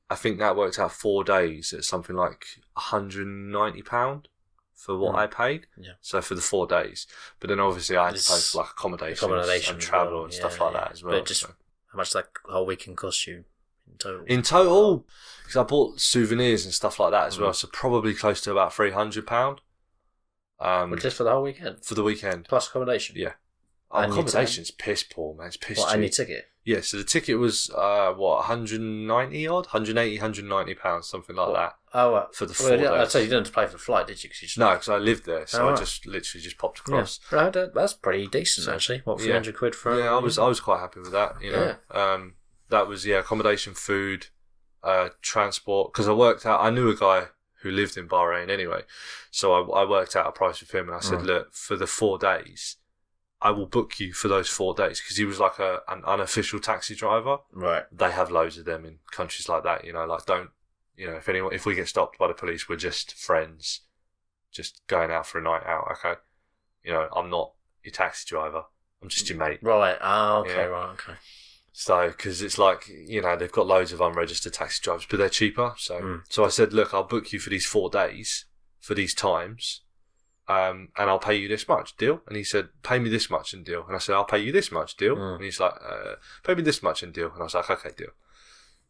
I think that worked out four days at something like 190 pound for what
Mm.
I paid.
Yeah.
So for the four days, but then obviously I had to pay
It's
for like accommodations
accommodation
and
as
travel
well,
and stuff
yeah,
like
yeah.
that as well.
But just-
so.
How much that whole weekend cost you in total?
In total, because I bought souvenirs and stuff like that
Hmm.
as well, so probably close to about 300 pound. Um,
Well, just for the whole weekend.
for the weekend.
Plus accommodation.
Yeah.
And your
accommodation's piss poor, man. It's piss
What, and your
cheap.
ticket?
yeah, so the ticket was uh, what 190 odd, 180, 190 pounds, something like that.
Oh, uh,
For the
well,
four
yeah, I
days.
tell you, you didn't have to pay for the flight, did you? 'Cause you just,
No, because I lived there, so
Oh,
I
right.
just literally just popped
Yeah.
across.
Right, that- that's pretty decent,
So-
actually. What,
yeah.
300 quid for
Yeah,
a-
I was I was quite happy with that. You know, um, that was yeah, accommodation, food, uh, transport. Because I worked out, I knew a guy who lived in Bahrain anyway, so I, I worked out a price with him, and I said,
Right.
look, for the four days, I will book you for those four days because he was like a an unofficial taxi driver.
Right.
they have loads of them in countries like that. You know, like don't you know if anyone if we get stopped by the police, we're just friends, just going out for a night out. Okay, you know, I'm not your taxi driver. I'm just your mate.
Right. Ah, okay,
Yeah.
right, okay.
So because it's like you know they've got loads of unregistered taxi drivers, but they're cheaper. So
Mm.
so I said, look, I'll book you for these four days for these times. Um, and I'll pay you this much, deal. And he said, "Pay me this much and deal." And I said, "I'll pay you this much, deal."
Mm.
And he's like, uh, "Pay me this much and deal." And I was like, "Okay, deal."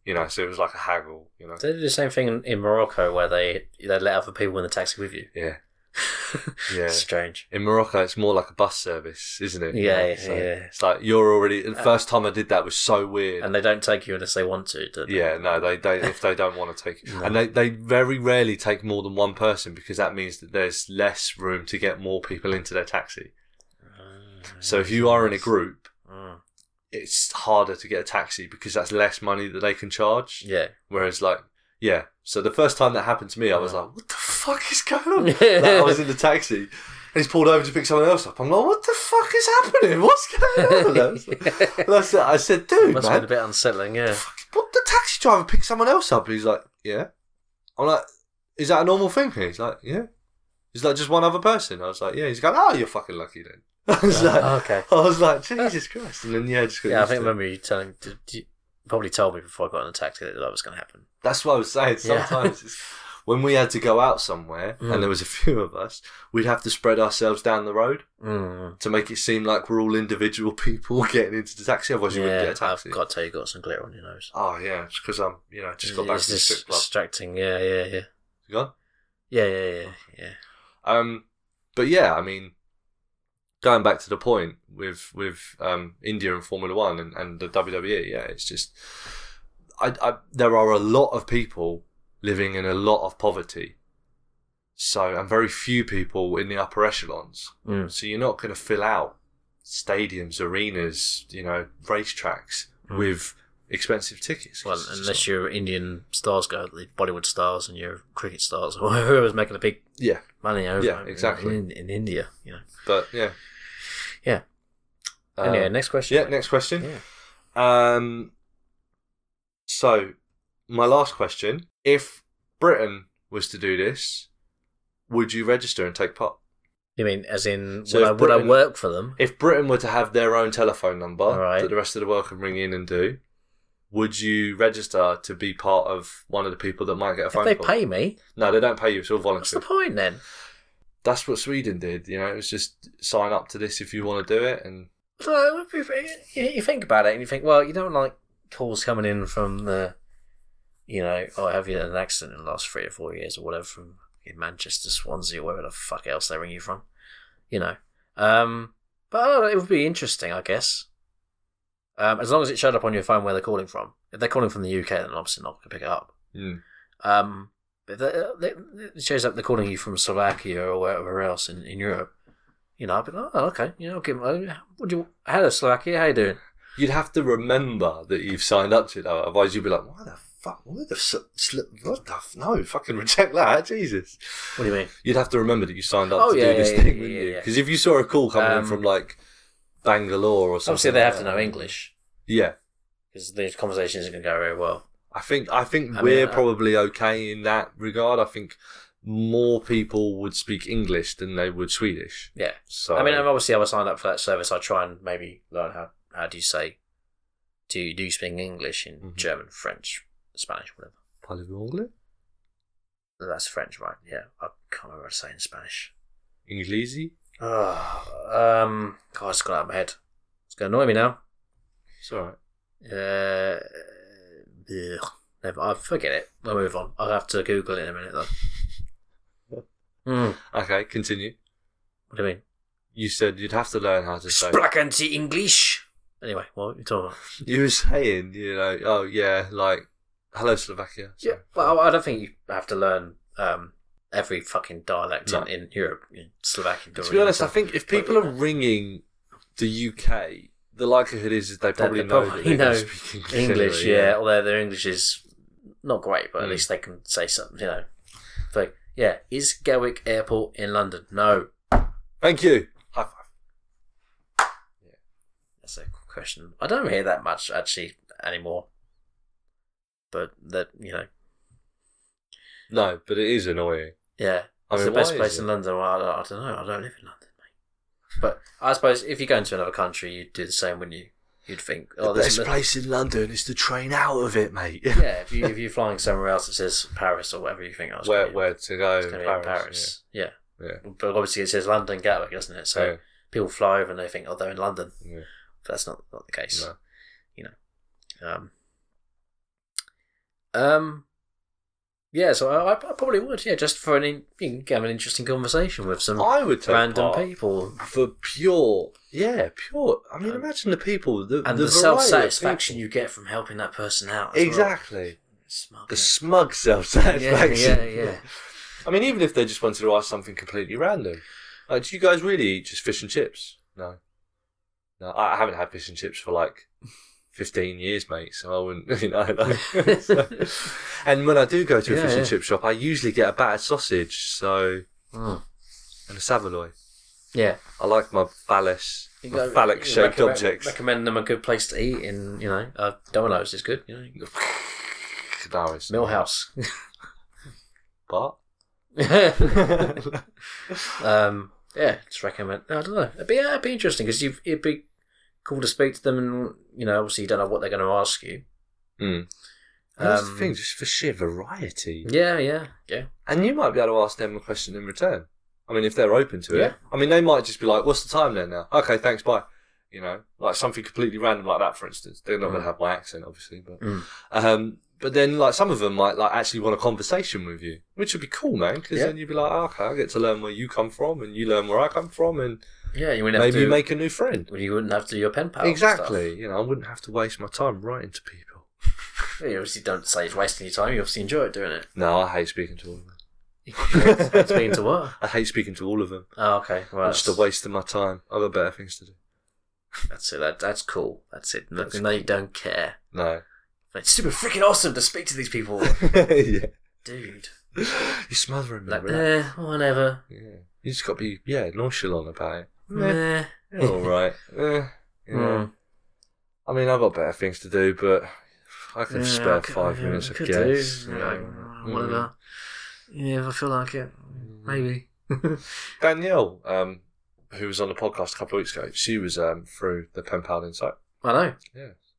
You know, so it was like a haggle, you know.
They did the same thing in, in Morocco where they, they let other people in the taxi with you.
Yeah, yeah.
Strange.
In Morocco, it's more like a bus service, isn't it?
Yeah, yeah,
So
yeah. Uh,
It's like you're already. The first time I did that was so weird.
And they don't take you unless they want to, do they?
Yeah, no, they, they if they don't want to take,
No.
and they, they very rarely take more than one person because that means that there's less room to get more people into their taxi.
Ah,
So if you are in a group,
Mm.
it's harder to get a taxi because that's less money that they can charge.
Yeah.
Whereas like, yeah, so the first time that happened to me, I was
Yeah.
like, what the fuck is going on? Like, I was in the taxi. And he's pulled over to pick someone else up. I'm like, what the fuck is happening? What's going on? And I said, I said dude,
Must
man,
have been a bit unsettling, yeah.
what the taxi driver picked someone else up? He's like, yeah. I'm like, is that a normal thing here? He's like, yeah. He's like, just one other person. I was like, yeah. He's going, oh, you're fucking lucky then. I was like,
Oh, okay.
I was like, Jesus Christ. And then yeah, just got
Yeah, I
used
think I
to it.
remember you telling, did you probably told me before I got in the taxi that that was going to happen.
That's what I was saying.
Yeah.
Sometimes it's, when we had to go out somewhere
Mm.
and there was a few of us, we'd have to spread ourselves down the road
Mm.
to make it seem like we're all individual people getting into the taxi. Otherwise, you wouldn't
Yeah,
get a taxi.
I've got to tell you, got some glitter on your nose.
Oh yeah, it's because I'm, you know, just got back
It's
from the strip
just
club.
distracting. Yeah, yeah, yeah,
You gone?
yeah, yeah, yeah. yeah.
Um, But yeah, I mean, going back to the point with with um, India and Formula One and, and the WWE, yeah, it's just I, I there are a lot of people living in a lot of poverty. So and very few people in the upper echelons.
Mm.
So you're not going to fill out stadiums, arenas, you know, racetracks
Mm.
with expensive tickets.
Well,
It's just
unless you're Indian stars, go the Bollywood stars, and you're cricket stars, or whoever's making a big
not- yeah,
money over
Yeah,
in-
exactly.
in, in India. You know.
but yeah,
Yeah.
Um,
anyway, next question.
yeah, next question.
Yeah.
Um, so, my last question: If Britain was to do this, would you register and take part?
You mean as in
So
would,
if
I, would I
Britain-
work for them?
If Britain were to have their own telephone number
Alright.
that the rest of the world can ring in and do, would you register to be part of one of the people that might get a
If
phone
they
call?
pay me,
no, they don't pay you. It's all
what's the
voluntary.
point then?
That's what Sweden did. You know, it was just sign up to this if you want to do it, and
So it would be, you you think about it and you think, well, you don't like calls coming in from the, you know, oh, have you had an accident in the last three or four years or whatever from in Manchester, Swansea, or wherever the fuck else they ring you from, you know. Um, but I don't know, it would be interesting, I guess. Um, as long as it showed up on your phone where they're calling from. If they're calling from the UK, then obviously not going to pick it up.
Mm.
Um, but they, they, it shows up they're calling you from Slovakia or wherever else in, in Europe. You know, I'd be like, oh, okay. You know, I'll give 'em- uh, what do you, hello, Slovakia, how you doing?
You'd have to remember that you've signed up to it, though. Otherwise, you'd be like, "Why the fuck? What the sl- sl- what the f- no? Fucking reject that, Jesus!"
What do you mean?
You'd have to remember that you signed up
Oh,
to
yeah,
do this
yeah,
thing,
yeah,
wouldn't
yeah,
you?
yeah.
Because if you saw a call coming in
Um,
from like Bangalore or something,
Obviously, they
like
have to
that.
know English
Yeah,
because these conversations are going to go very well.
I think I think
I mean,
we're
uh,
probably okay in that regard. I think more people would speak English than they would Swedish.
Yeah.
So
I mean, I'm obviously, I was signed up for that service. I try and maybe learn how, how do you say, do you, do you speak English in
Mhm.
German, French, Spanish, whatever?
Parlez vous anglais?
That's French, right? Yeah. I can't remember what to say in Spanish.
Inglesi?
Oh, um, God, it's gone out of my head. It's going to annoy me now.
It's all right.
Uh, ugh, never. I forget it. I'll move on. I'll have to Google it in a minute though. Mm,
Okay, continue.
what do you mean?
You said you'd have to learn how to say.
Sprachen Sie English? Anyway, what are you talking about?
You were saying, you know, oh yeah, like hello Slovakia. So-
Yeah, well, I don't think you have to learn um, every fucking dialect
No.
in, in Europe. In Slovakian.
to be honest, I think if
But-
people are ringing the UK, the likelihood is, is they probably
they
know
probably
that
know
they speak English.
English,
anyway,
yeah. Hmm. Although their English is not great, but at
Mm.
least they can say something. You know, like yeah, is Gawick Airport in London? No.
Thank you. High five.
That's a good question. I don't hear that much actually anymore. But that you know,
No, but it is annoying.
yeah,
I
it's
mean,
the best
why
place
is
in
it?
London. Well, I, don't, I don't know. I don't live in London, mate. But I suppose if you go into another country, you'd do the same, wouldn't you? You'd think, oh,
the
this
best
is
place in London is to train out of it, mate.
yeah. If you if you're flying somewhere else that says Paris or whatever, you think, oh, it's
where
gonna be-
where to go?
it's
in
gonna be in
Paris.
Paris, yeah.
Yeah.
But obviously, it says London Gatwick, doesn't it? So
Yeah.
people fly over and they think, oh, they're in London.
Yeah. yeah,
But that's not not the case.
no.
Um, um, yeah, so I, I probably would, yeah, just for an in, you can have an interesting conversation with some
I would take
random
part
people
for pure, yeah, pure. I mean, imagine the people, the,
and
the,
the, self satisfaction
variety
you get from helping that person out.
of
as well.
people. Exactly.
It's smart,
The
isn't it?
smug self satisfaction.
Yeah, yeah, yeah.
I mean, even if they just wanted to ask something completely random, like, do you guys really eat just fish and chips? No, no, I I haven't had fish and chips for like fifteen years, mate. So I wouldn't, you know. Like, so- and when I do go to a
Yeah,
fish
yeah.
and chip shop, I usually get a battered sausage, so
Mm.
and a saveloy.
yeah.
I like my phallus,
You
my
go-
phallic
you
shaped
recommend-
objects.
Recommend them a good place to eat in, you know, uh, Domino's is good, you know,
no, it's
Millhouse.
But
Um, yeah, just recommend. I don't know. It'd be, it'd be interesting because you've it'd be cool to speak to them, and you know, obviously, you don't know what they're going to ask you.
Mm. And that's the
Um,
thing, just for sheer variety.
Yeah, yeah, yeah.
And you might be able to ask them a question in return. I mean, if they're open to it.
Yeah.
I mean, they might just be like, what's the time then now? Okay, thanks, bye. You know, like something completely random like that, for instance. They're not
Mm.
going to have my accent, obviously, but
Mm.
um, But then, like some of them might like actually want a conversation with you, which would be cool, man. Because
Yeah.
then you'd be like, "Oh, okay, I get to learn where you come from, and you learn where I come from, and
Yeah, you wouldn't have
maybe
to.
make a new friend.
well, you wouldn't have to do your pen pal.
exactly. You know, I wouldn't have to waste my time writing to people.
Stuff. You obviously don't say it's wasting your time. You obviously enjoy it doing it.
No, I hate speaking to all of them.
Speaking to what?
I hate speaking to all of them.
Oh, okay. Well,
It's just a waste of my time. I've got better things to do.
That's it. That, that's cool. That's it. Look,
That's
they don't care.
No.
It's super freaking awesome to speak to these people,
yeah.
dude.
You're smothering me.
Like,
relax.
eh, whatever.
Yeah. You just got to be, yeah, nonchalant about it.
Meh.
Yeah, all right. Eh, yeah.
Mm.
I mean, I've got better things to do, but I could
Yeah,
spare
I could-
five
yeah,
minutes, Mm.
I
I
could
guess.
do.
you
Yeah,
know.
whatever. Yeah, if I feel like it, maybe.
Mm. Danielle, um, who was on the podcast a couple of weeks ago, she was um, through the Pen Pal Insight.
I know.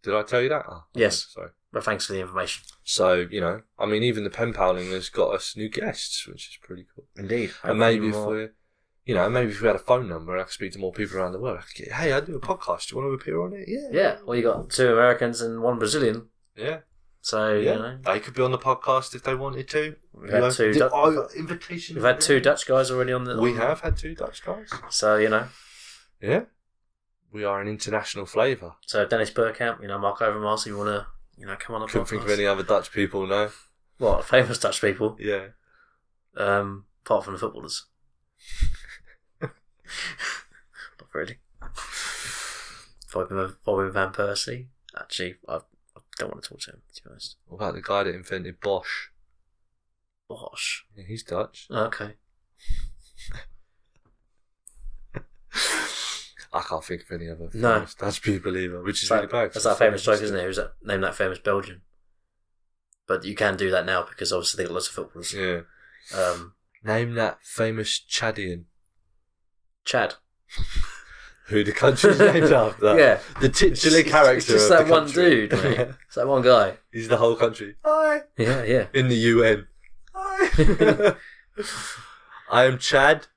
Did I tell you that? Oh,
Yes.
okay, Sorry.
But thanks for the information.
So, you know, I mean, even the pen paling has got us new guests, which is pretty cool.
Indeed.
and maybe if we're, you know, maybe if we had a phone number and I could speak to more people around the world, I could get, hey, I do a podcast. Do you want to appear on it? Yeah.
Yeah, well, you got two Americans and one Brazilian.
Yeah.
So,
yeah.
you know.
They could be on the podcast if they wanted to.
We've had two
Did-
Dutch-
oh, invitation.
We've had two Dutch guys already on the.
We have had two Dutch guys.
So, you know.
Yeah. We are an international flavour.
So, Dennis Burkamp, you know, Mark Overmars, you want to, you know, come on the
Couldn't think of
podcast.
any other Dutch people, no.
What, famous Dutch people,
Yeah.
um, apart from the footballers. Not really. Bobby, Bobby Van Persie. Actually, I, I don't want to talk to him, to be honest.
What about the guy that invented Bosch?
Bosh.
Yeah, he's Dutch.
Okay.
I can't think of any other.
No.
famous Dutch people either, which is
It's like-
really bad.
That's that famous joke, isn't it? Who's that, name that famous Belgian? But you can do that now because obviously they got lots of footballers.
Yeah.
Um,
Name that famous Chadian
Chad.
who the country's named after.
yeah,
The
It's-
titular
it's-
character.
It's just
of
that
the
one
country.
dude, mate. It's that one guy.
He's the whole country. Hi.
Yeah, yeah.
In the UN. Hi. I am Chad.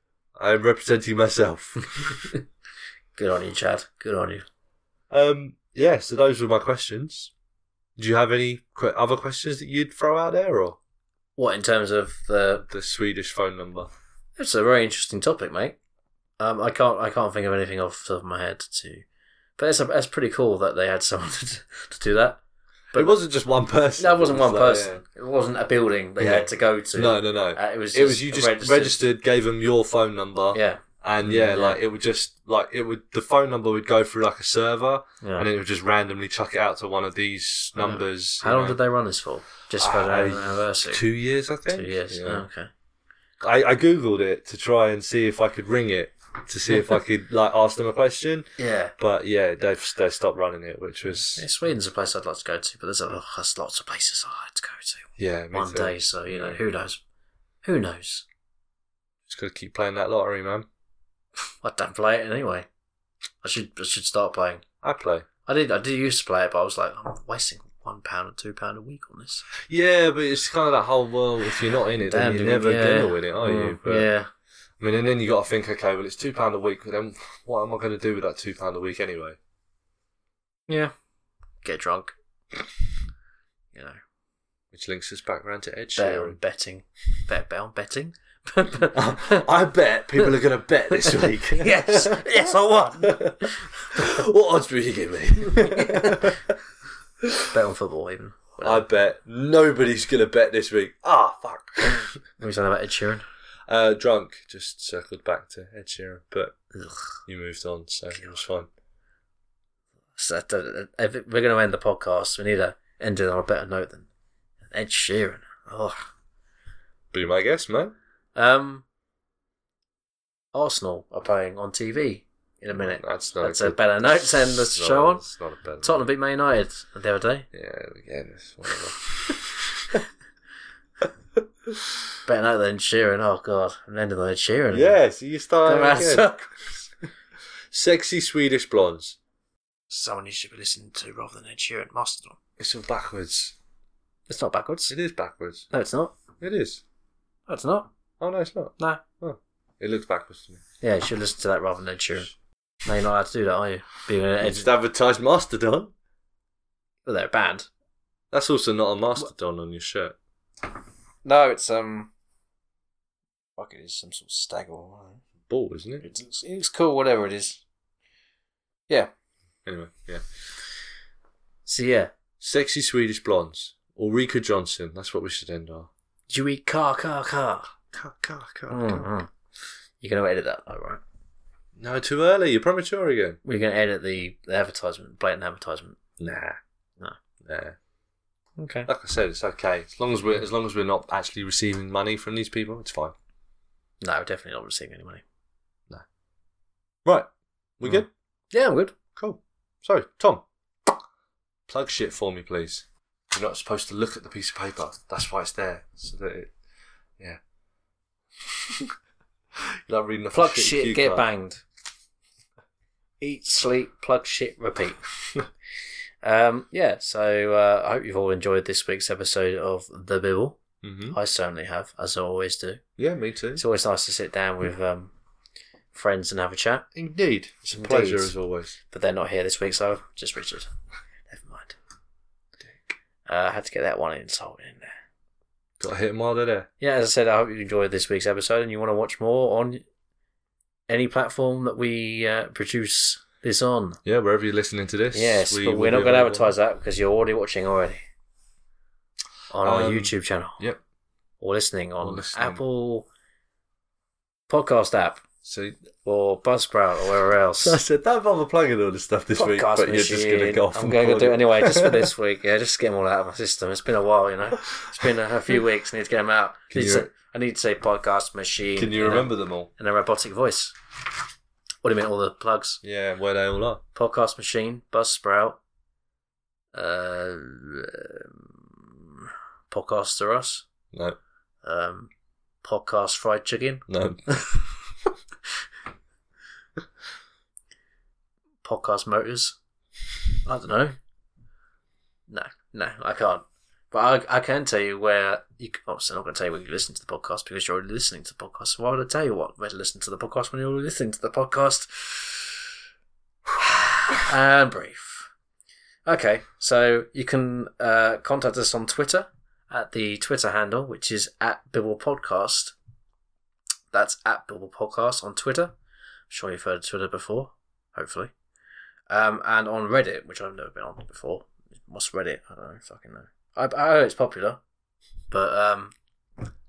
I am representing myself.
Good on you, Chad. Good on you.
Um, yeah, so those were my questions. Do you have any que- other questions that you'd throw out there or
What in terms of the?
the Swedish phone number?
It's a very interesting topic, mate. Um, I can't, I can't think of anything off the top of my head to, but it's, it's pretty cool that they had someone to, to do that. But-
But it wasn't just one person.
No, it wasn't one
like,
person. It wasn't a building they
Yeah.
had to go to.
yeah. No, no, no.
Uh, it was.
it was you
a
just registered. gave them your phone number,
Yeah,
and yeah,
Yeah.
like it would just like it would the phone number would go through like a server,
yeah.
and it would just randomly chuck it out to one of these
Yeah.
numbers.
How
you
long
know.
did they run this for? Just for
Uh,
the anniversary.
Two years, I
Two
think.
years.
Yeah.
Oh, okay.
I, I googled it to try and see if I could ring it to see if I could like ask them a question.
Yeah.
But yeah, they've they stopped running it, which
Yeah,
was
Sweden's a place I'd like to go to, but there's, a, oh, there's lots of places I'd like to go to
yeah. me
one
too.
day. So you know,
Yeah.
who knows? Who knows?
Just gotta keep playing that lottery, man.
I don't play it anyway. I should I should start playing.
I play.
I did I did used to play it, but I was like, I'm wasting one pound or two pound a week on this.
Yeah, but it's kind of that whole well, if you're not in it, then
Damn,
you're
dude,
never
yeah.
gonna win it, are Oh, you?
Mm,
But,
yeah,
I mean, and then you got to think, okay, well, it's two pound a week. But then, what am I gonna do with that two pound a week anyway?
yeah. Get drunk. You know,
Which links us back round to Ed
bet on
Sheeran.
betting. Bet bet on betting.
I bet people are gonna bet this week.
yes, yes, I won.
what odds will you give me?
Bet on football even.
I bet nobody's gonna bet this week. Ah, fuck.
What are you saying about Ed Sheeran?
Uh, drunk just circled back to Ed Sheeran, but
Ugh.
you moved on, so it was fine.
So that- that- if we're going to end the podcast. We need to end it on a better note than Ed Sheeran. Oh.
Be my guest, man.
Um, Arsenal are playing on TV in a minute.
That's not.
That's
a,
a
good-
better note to end the
It's not-
show on.
It's not a bad.
Tottenham beat Man United the other day.
Yeah, again, it's whatever.
Better note than Sheeran. Oh God, I'm ending on Ed Sheeran.
yeah, so you start
Come on,
again.
so-
Sexy Swedish blondes.
Someone you should be listening to rather than Ed Sheeran. Mastodon.
It's all backwards.
It's not backwards.
It is backwards.
No, it's not.
It is.
No, it's not.
Oh no, it's not.
No.
It looks backwards to me.
Yeah, you should listen to that rather than Ed Sheeran. No, you're not allowed to do that, are you? Being an
I
Ed,
just advertised Mastodon.
well, they're a band.
That's also not a mastodon on your shirt.
No, it's um. Fuck, it is some sort of stag or whatever.
Ball, isn't it?
It's, it's, it's cool, whatever it is. Yeah.
Anyway, yeah.
So yeah,
Sexy Swedish blondes. Ulrika Johnson. That's what we should end on.
do you eat car, car, car? Mm-hmm. You're gonna edit that, though, right?
Hmm. No, too early. You're premature again.
We're gonna edit the, the advertisement, blatant advertisement.
Nah.
No.
Nah.
Okay.
Like I said, it's okay. As long as we're as long as we're not actually receiving money from these people, it's fine.
No, definitely not receiving any money.
Right. We
Mm.
good?
Yeah, I'm good.
Cool. So, Tom, plug shit for me, please. You're not supposed to look at the piece of paper. That's why it's there. So that it, yeah. You're not reading the
Plug shit,
cue
get
card.
banged. Eat, sleep, plug shit, repeat. um, yeah, so uh, I hope you've all enjoyed this week's episode of The Bill.
Mhm.
I certainly have, as I always do.
Yeah, me too.
It's always nice to sit down with um, friends and have a chat,
Indeed. It's a
Indeed.
pleasure as always.
but they're not here this week, so just Richard. Never mind. Uh, I had to get that one insult in there.
Got to hit him while they're there.
yeah, as I said, I hope you enjoyed this week's episode and you want to watch more on any platform that we uh, produce this on.
Yeah, wherever you're listening to this.
Yes,
we
but
will
we're
be
not going to
available.
advertise that because you're already watching already on our
Um,
YouTube channel
Yep.
or listening on
or listening.
Apple podcast app
See,
or Buzzsprout or wherever
So I
else.
said, don't bother plugging all this stuff this week,
Podcast
but you're just going to
machine.
go off
I'm
and
going to
plug
do it anyway, just for this week. Yeah, just to get them all out of my system. It's been a while, you know. It's been a, a few weeks. I need to get them out. I
Can
need, to
you-
say, I need to say podcast machine.
Can you
know.
remember them all?
and a robotic voice. What do you mean, all the plugs?
Yeah, where they all are.
Podcast Machine, Buzzsprout, uh, um, Podcaster Us,
No,
um, Podcast Fried Chicken,
no.
Podcast Motors. I don't know. No, no, I can't. But I, I can tell you where you. Can, obviously, I'm not going to tell you where you listen to the podcast because you're already listening to the podcast. Why would I tell you what where to listen to the podcast when you're already listening to the podcast? and brief. Okay, so you can uh, contact us on Twitter at the Twitter handle, which is at Bibble Podcast. That's at Bibble Podcast on Twitter. I'm sure you've heard of Twitter before, hopefully. Um, and on Reddit, which I've never been on before. What's Reddit? I don't know, fucking know. I, I know it's popular, but um,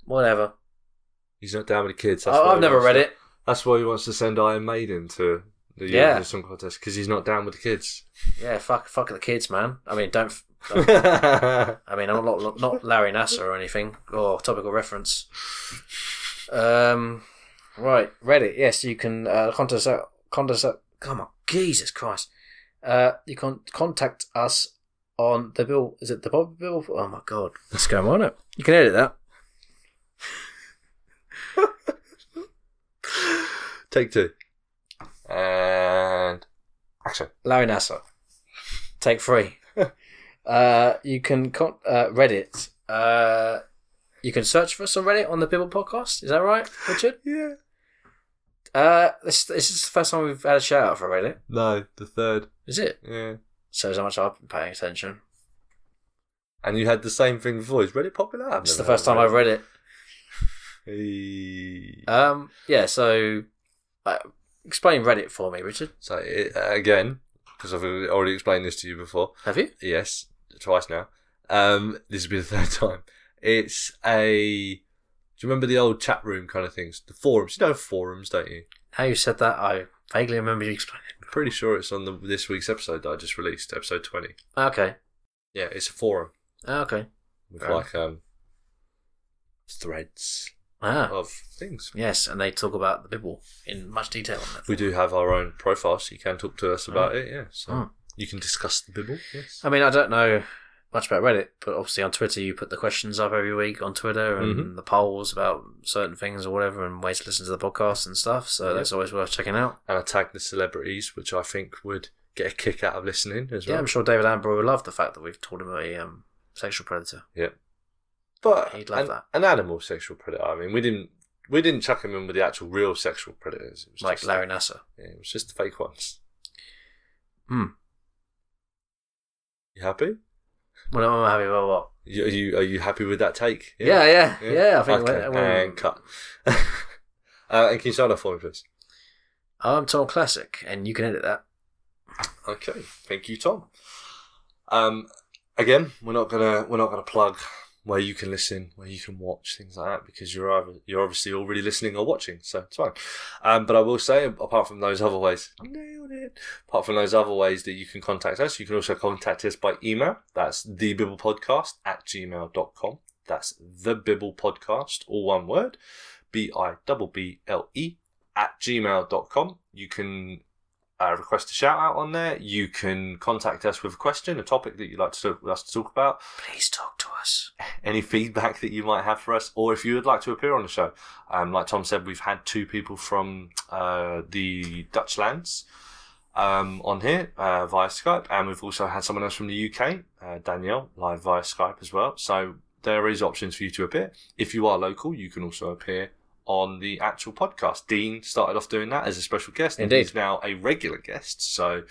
whatever.
He's not down with the kids. That's
I,
why
Oh, I've
he
never
wants
read
to-
it.
That's why he wants to send Iron Maiden to the
Yeah.
Eurovision Song Contest because he's not down with the kids.
Yeah, fuck, fuck the kids, man. I mean, don't. don't
That's
I mean, I'm not not Larry Nasser or anything or topical reference. Um, right, Reddit. Yes, you can uh, contact us. Contact us. Come on, Jesus Christ! Uh, you can contact us on the bill. Is it the Bob Bill? Oh my God, what's going on? It. You can edit that.
Take two. And action.
Larry Nasser. Take three. uh, you can con- uh, Reddit. Uh, you can search for us on Reddit on the Bible podcast. Is that right, Richard?
Yeah.
Uh, this, this is the first time we've had a shout out for Reddit.
No, the third.
Is it?
Yeah.
Shows how much I've been paying attention.
And you had the same thing before. Is Reddit popular? I've
It's the
never
first time
heard
I've
of
read it.
Hey.
Um, yeah. So, uh, explain Reddit for me, Richard.
So it, uh, again, because I've already explained this to you before.
Have you?
Yes, twice now. Um, this will be the third time. It's a. Do you remember the old chat room kind of things? The forums. You know forums, don't you?
How you said that? I vaguely remember you explaining.
Pretty sure it's on the this week's episode that I just released, episode twenty.
Okay.
Yeah, it's a forum
Okay.
with
Fair
like um threads
Ah.
of things.
Yes, and they talk about the Bible in much detail. On that.
We do have our own profile, so you can talk to us about it. Yeah, so
Oh. Um,
you can discuss the Bible. Yes.
I mean, I don't know much about Reddit, but obviously on Twitter you put the questions up every week on Twitter and
Mm-hmm.
the polls about certain things or whatever, and ways to listen to the podcast and stuff. So that's always worth checking out.
And I tag the celebrities, which I think would get a kick out of listening as
Yeah,
well.
I'm sure David Amber would love the fact that we've told him a um, sexual predator.
But
He'd love
an,
that.
an animal sexual predator. I mean, we didn't we didn't chuck him in with the actual real sexual predators. It was
like
just,
Larry Nasser.
Yeah, it was just the fake ones.
Hmm.
You happy?
When I'm happy about what?
You, are you are you happy with that take?
Yeah, yeah, yeah. I think
okay.
when, when,
and cut. uh, and can you sign off for me, please?
I'm Tom Classic, and you can edit that.
Okay, thank you, Tom. Um, again, we're not gonna we're not gonna plug where you can listen, where you can watch things like that, because you're either, you're obviously already listening or watching, so it's fine. Um, but I will say, apart from those other ways, nailed it. Apart from those other ways that you can contact us, you can also contact us by email. That's the Bibble Podcast at gmail.com. That's the Bibble Podcast, all one word, B I B B L E at gmail.com. You can uh, request a shout out on there. You can contact us with a question, a topic that you'd like to, us to talk about,
Please talk to us.
any feedback that you might have for us, or if you would like to appear on the show. Um, like Tom said, we've had two people from uh, the Dutch lands um, on here uh, via Skype, and we've also had someone else from the UK, uh, Danielle, live via Skype as well. So there is options for you to appear. If you are local, you can also appear on the actual podcast. Dean started off doing that as a special guest, and
Indeed.
he's now a regular guest. So.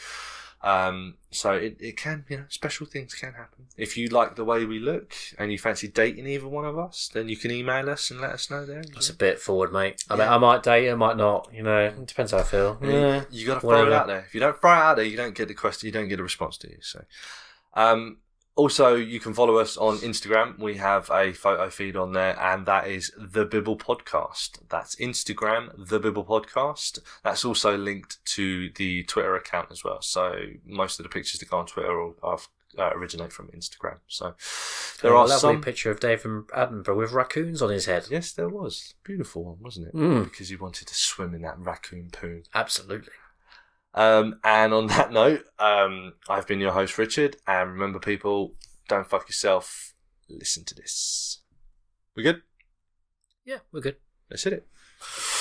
Um, so it, it can, you know, special things can happen. If you like the way we look and you fancy dating either one of us, then you can email us and let us know there.
That's a bit forward, mate. I mean,
Yeah.
I might date, I might not. You know, it depends how I feel. Yeah.
You got to throw
Whatever.
it out there. If you don't throw it out there, you don't get the question. You don't get a response to you. So, um, also you can follow us on Instagram. We have a photo feed on there, and that is the Bibble Podcast. That's Instagram, the Bibble Podcast. That's also linked to the Twitter account as well. So most of the pictures that go on Twitter are, are uh, originate from Instagram. So there
Oh,
are
a lovely
some.
picture of David Attenborough with raccoons on his head.
Yes, there was beautiful one, wasn't it?
Mm.
Because he wanted to swim in that raccoon poo.
Absolutely.
Um, and on that note, um, I've been your host, Richard. And remember, people, don't fuck yourself. Listen to this. We good?
Yeah, we're good.
Let's hit it.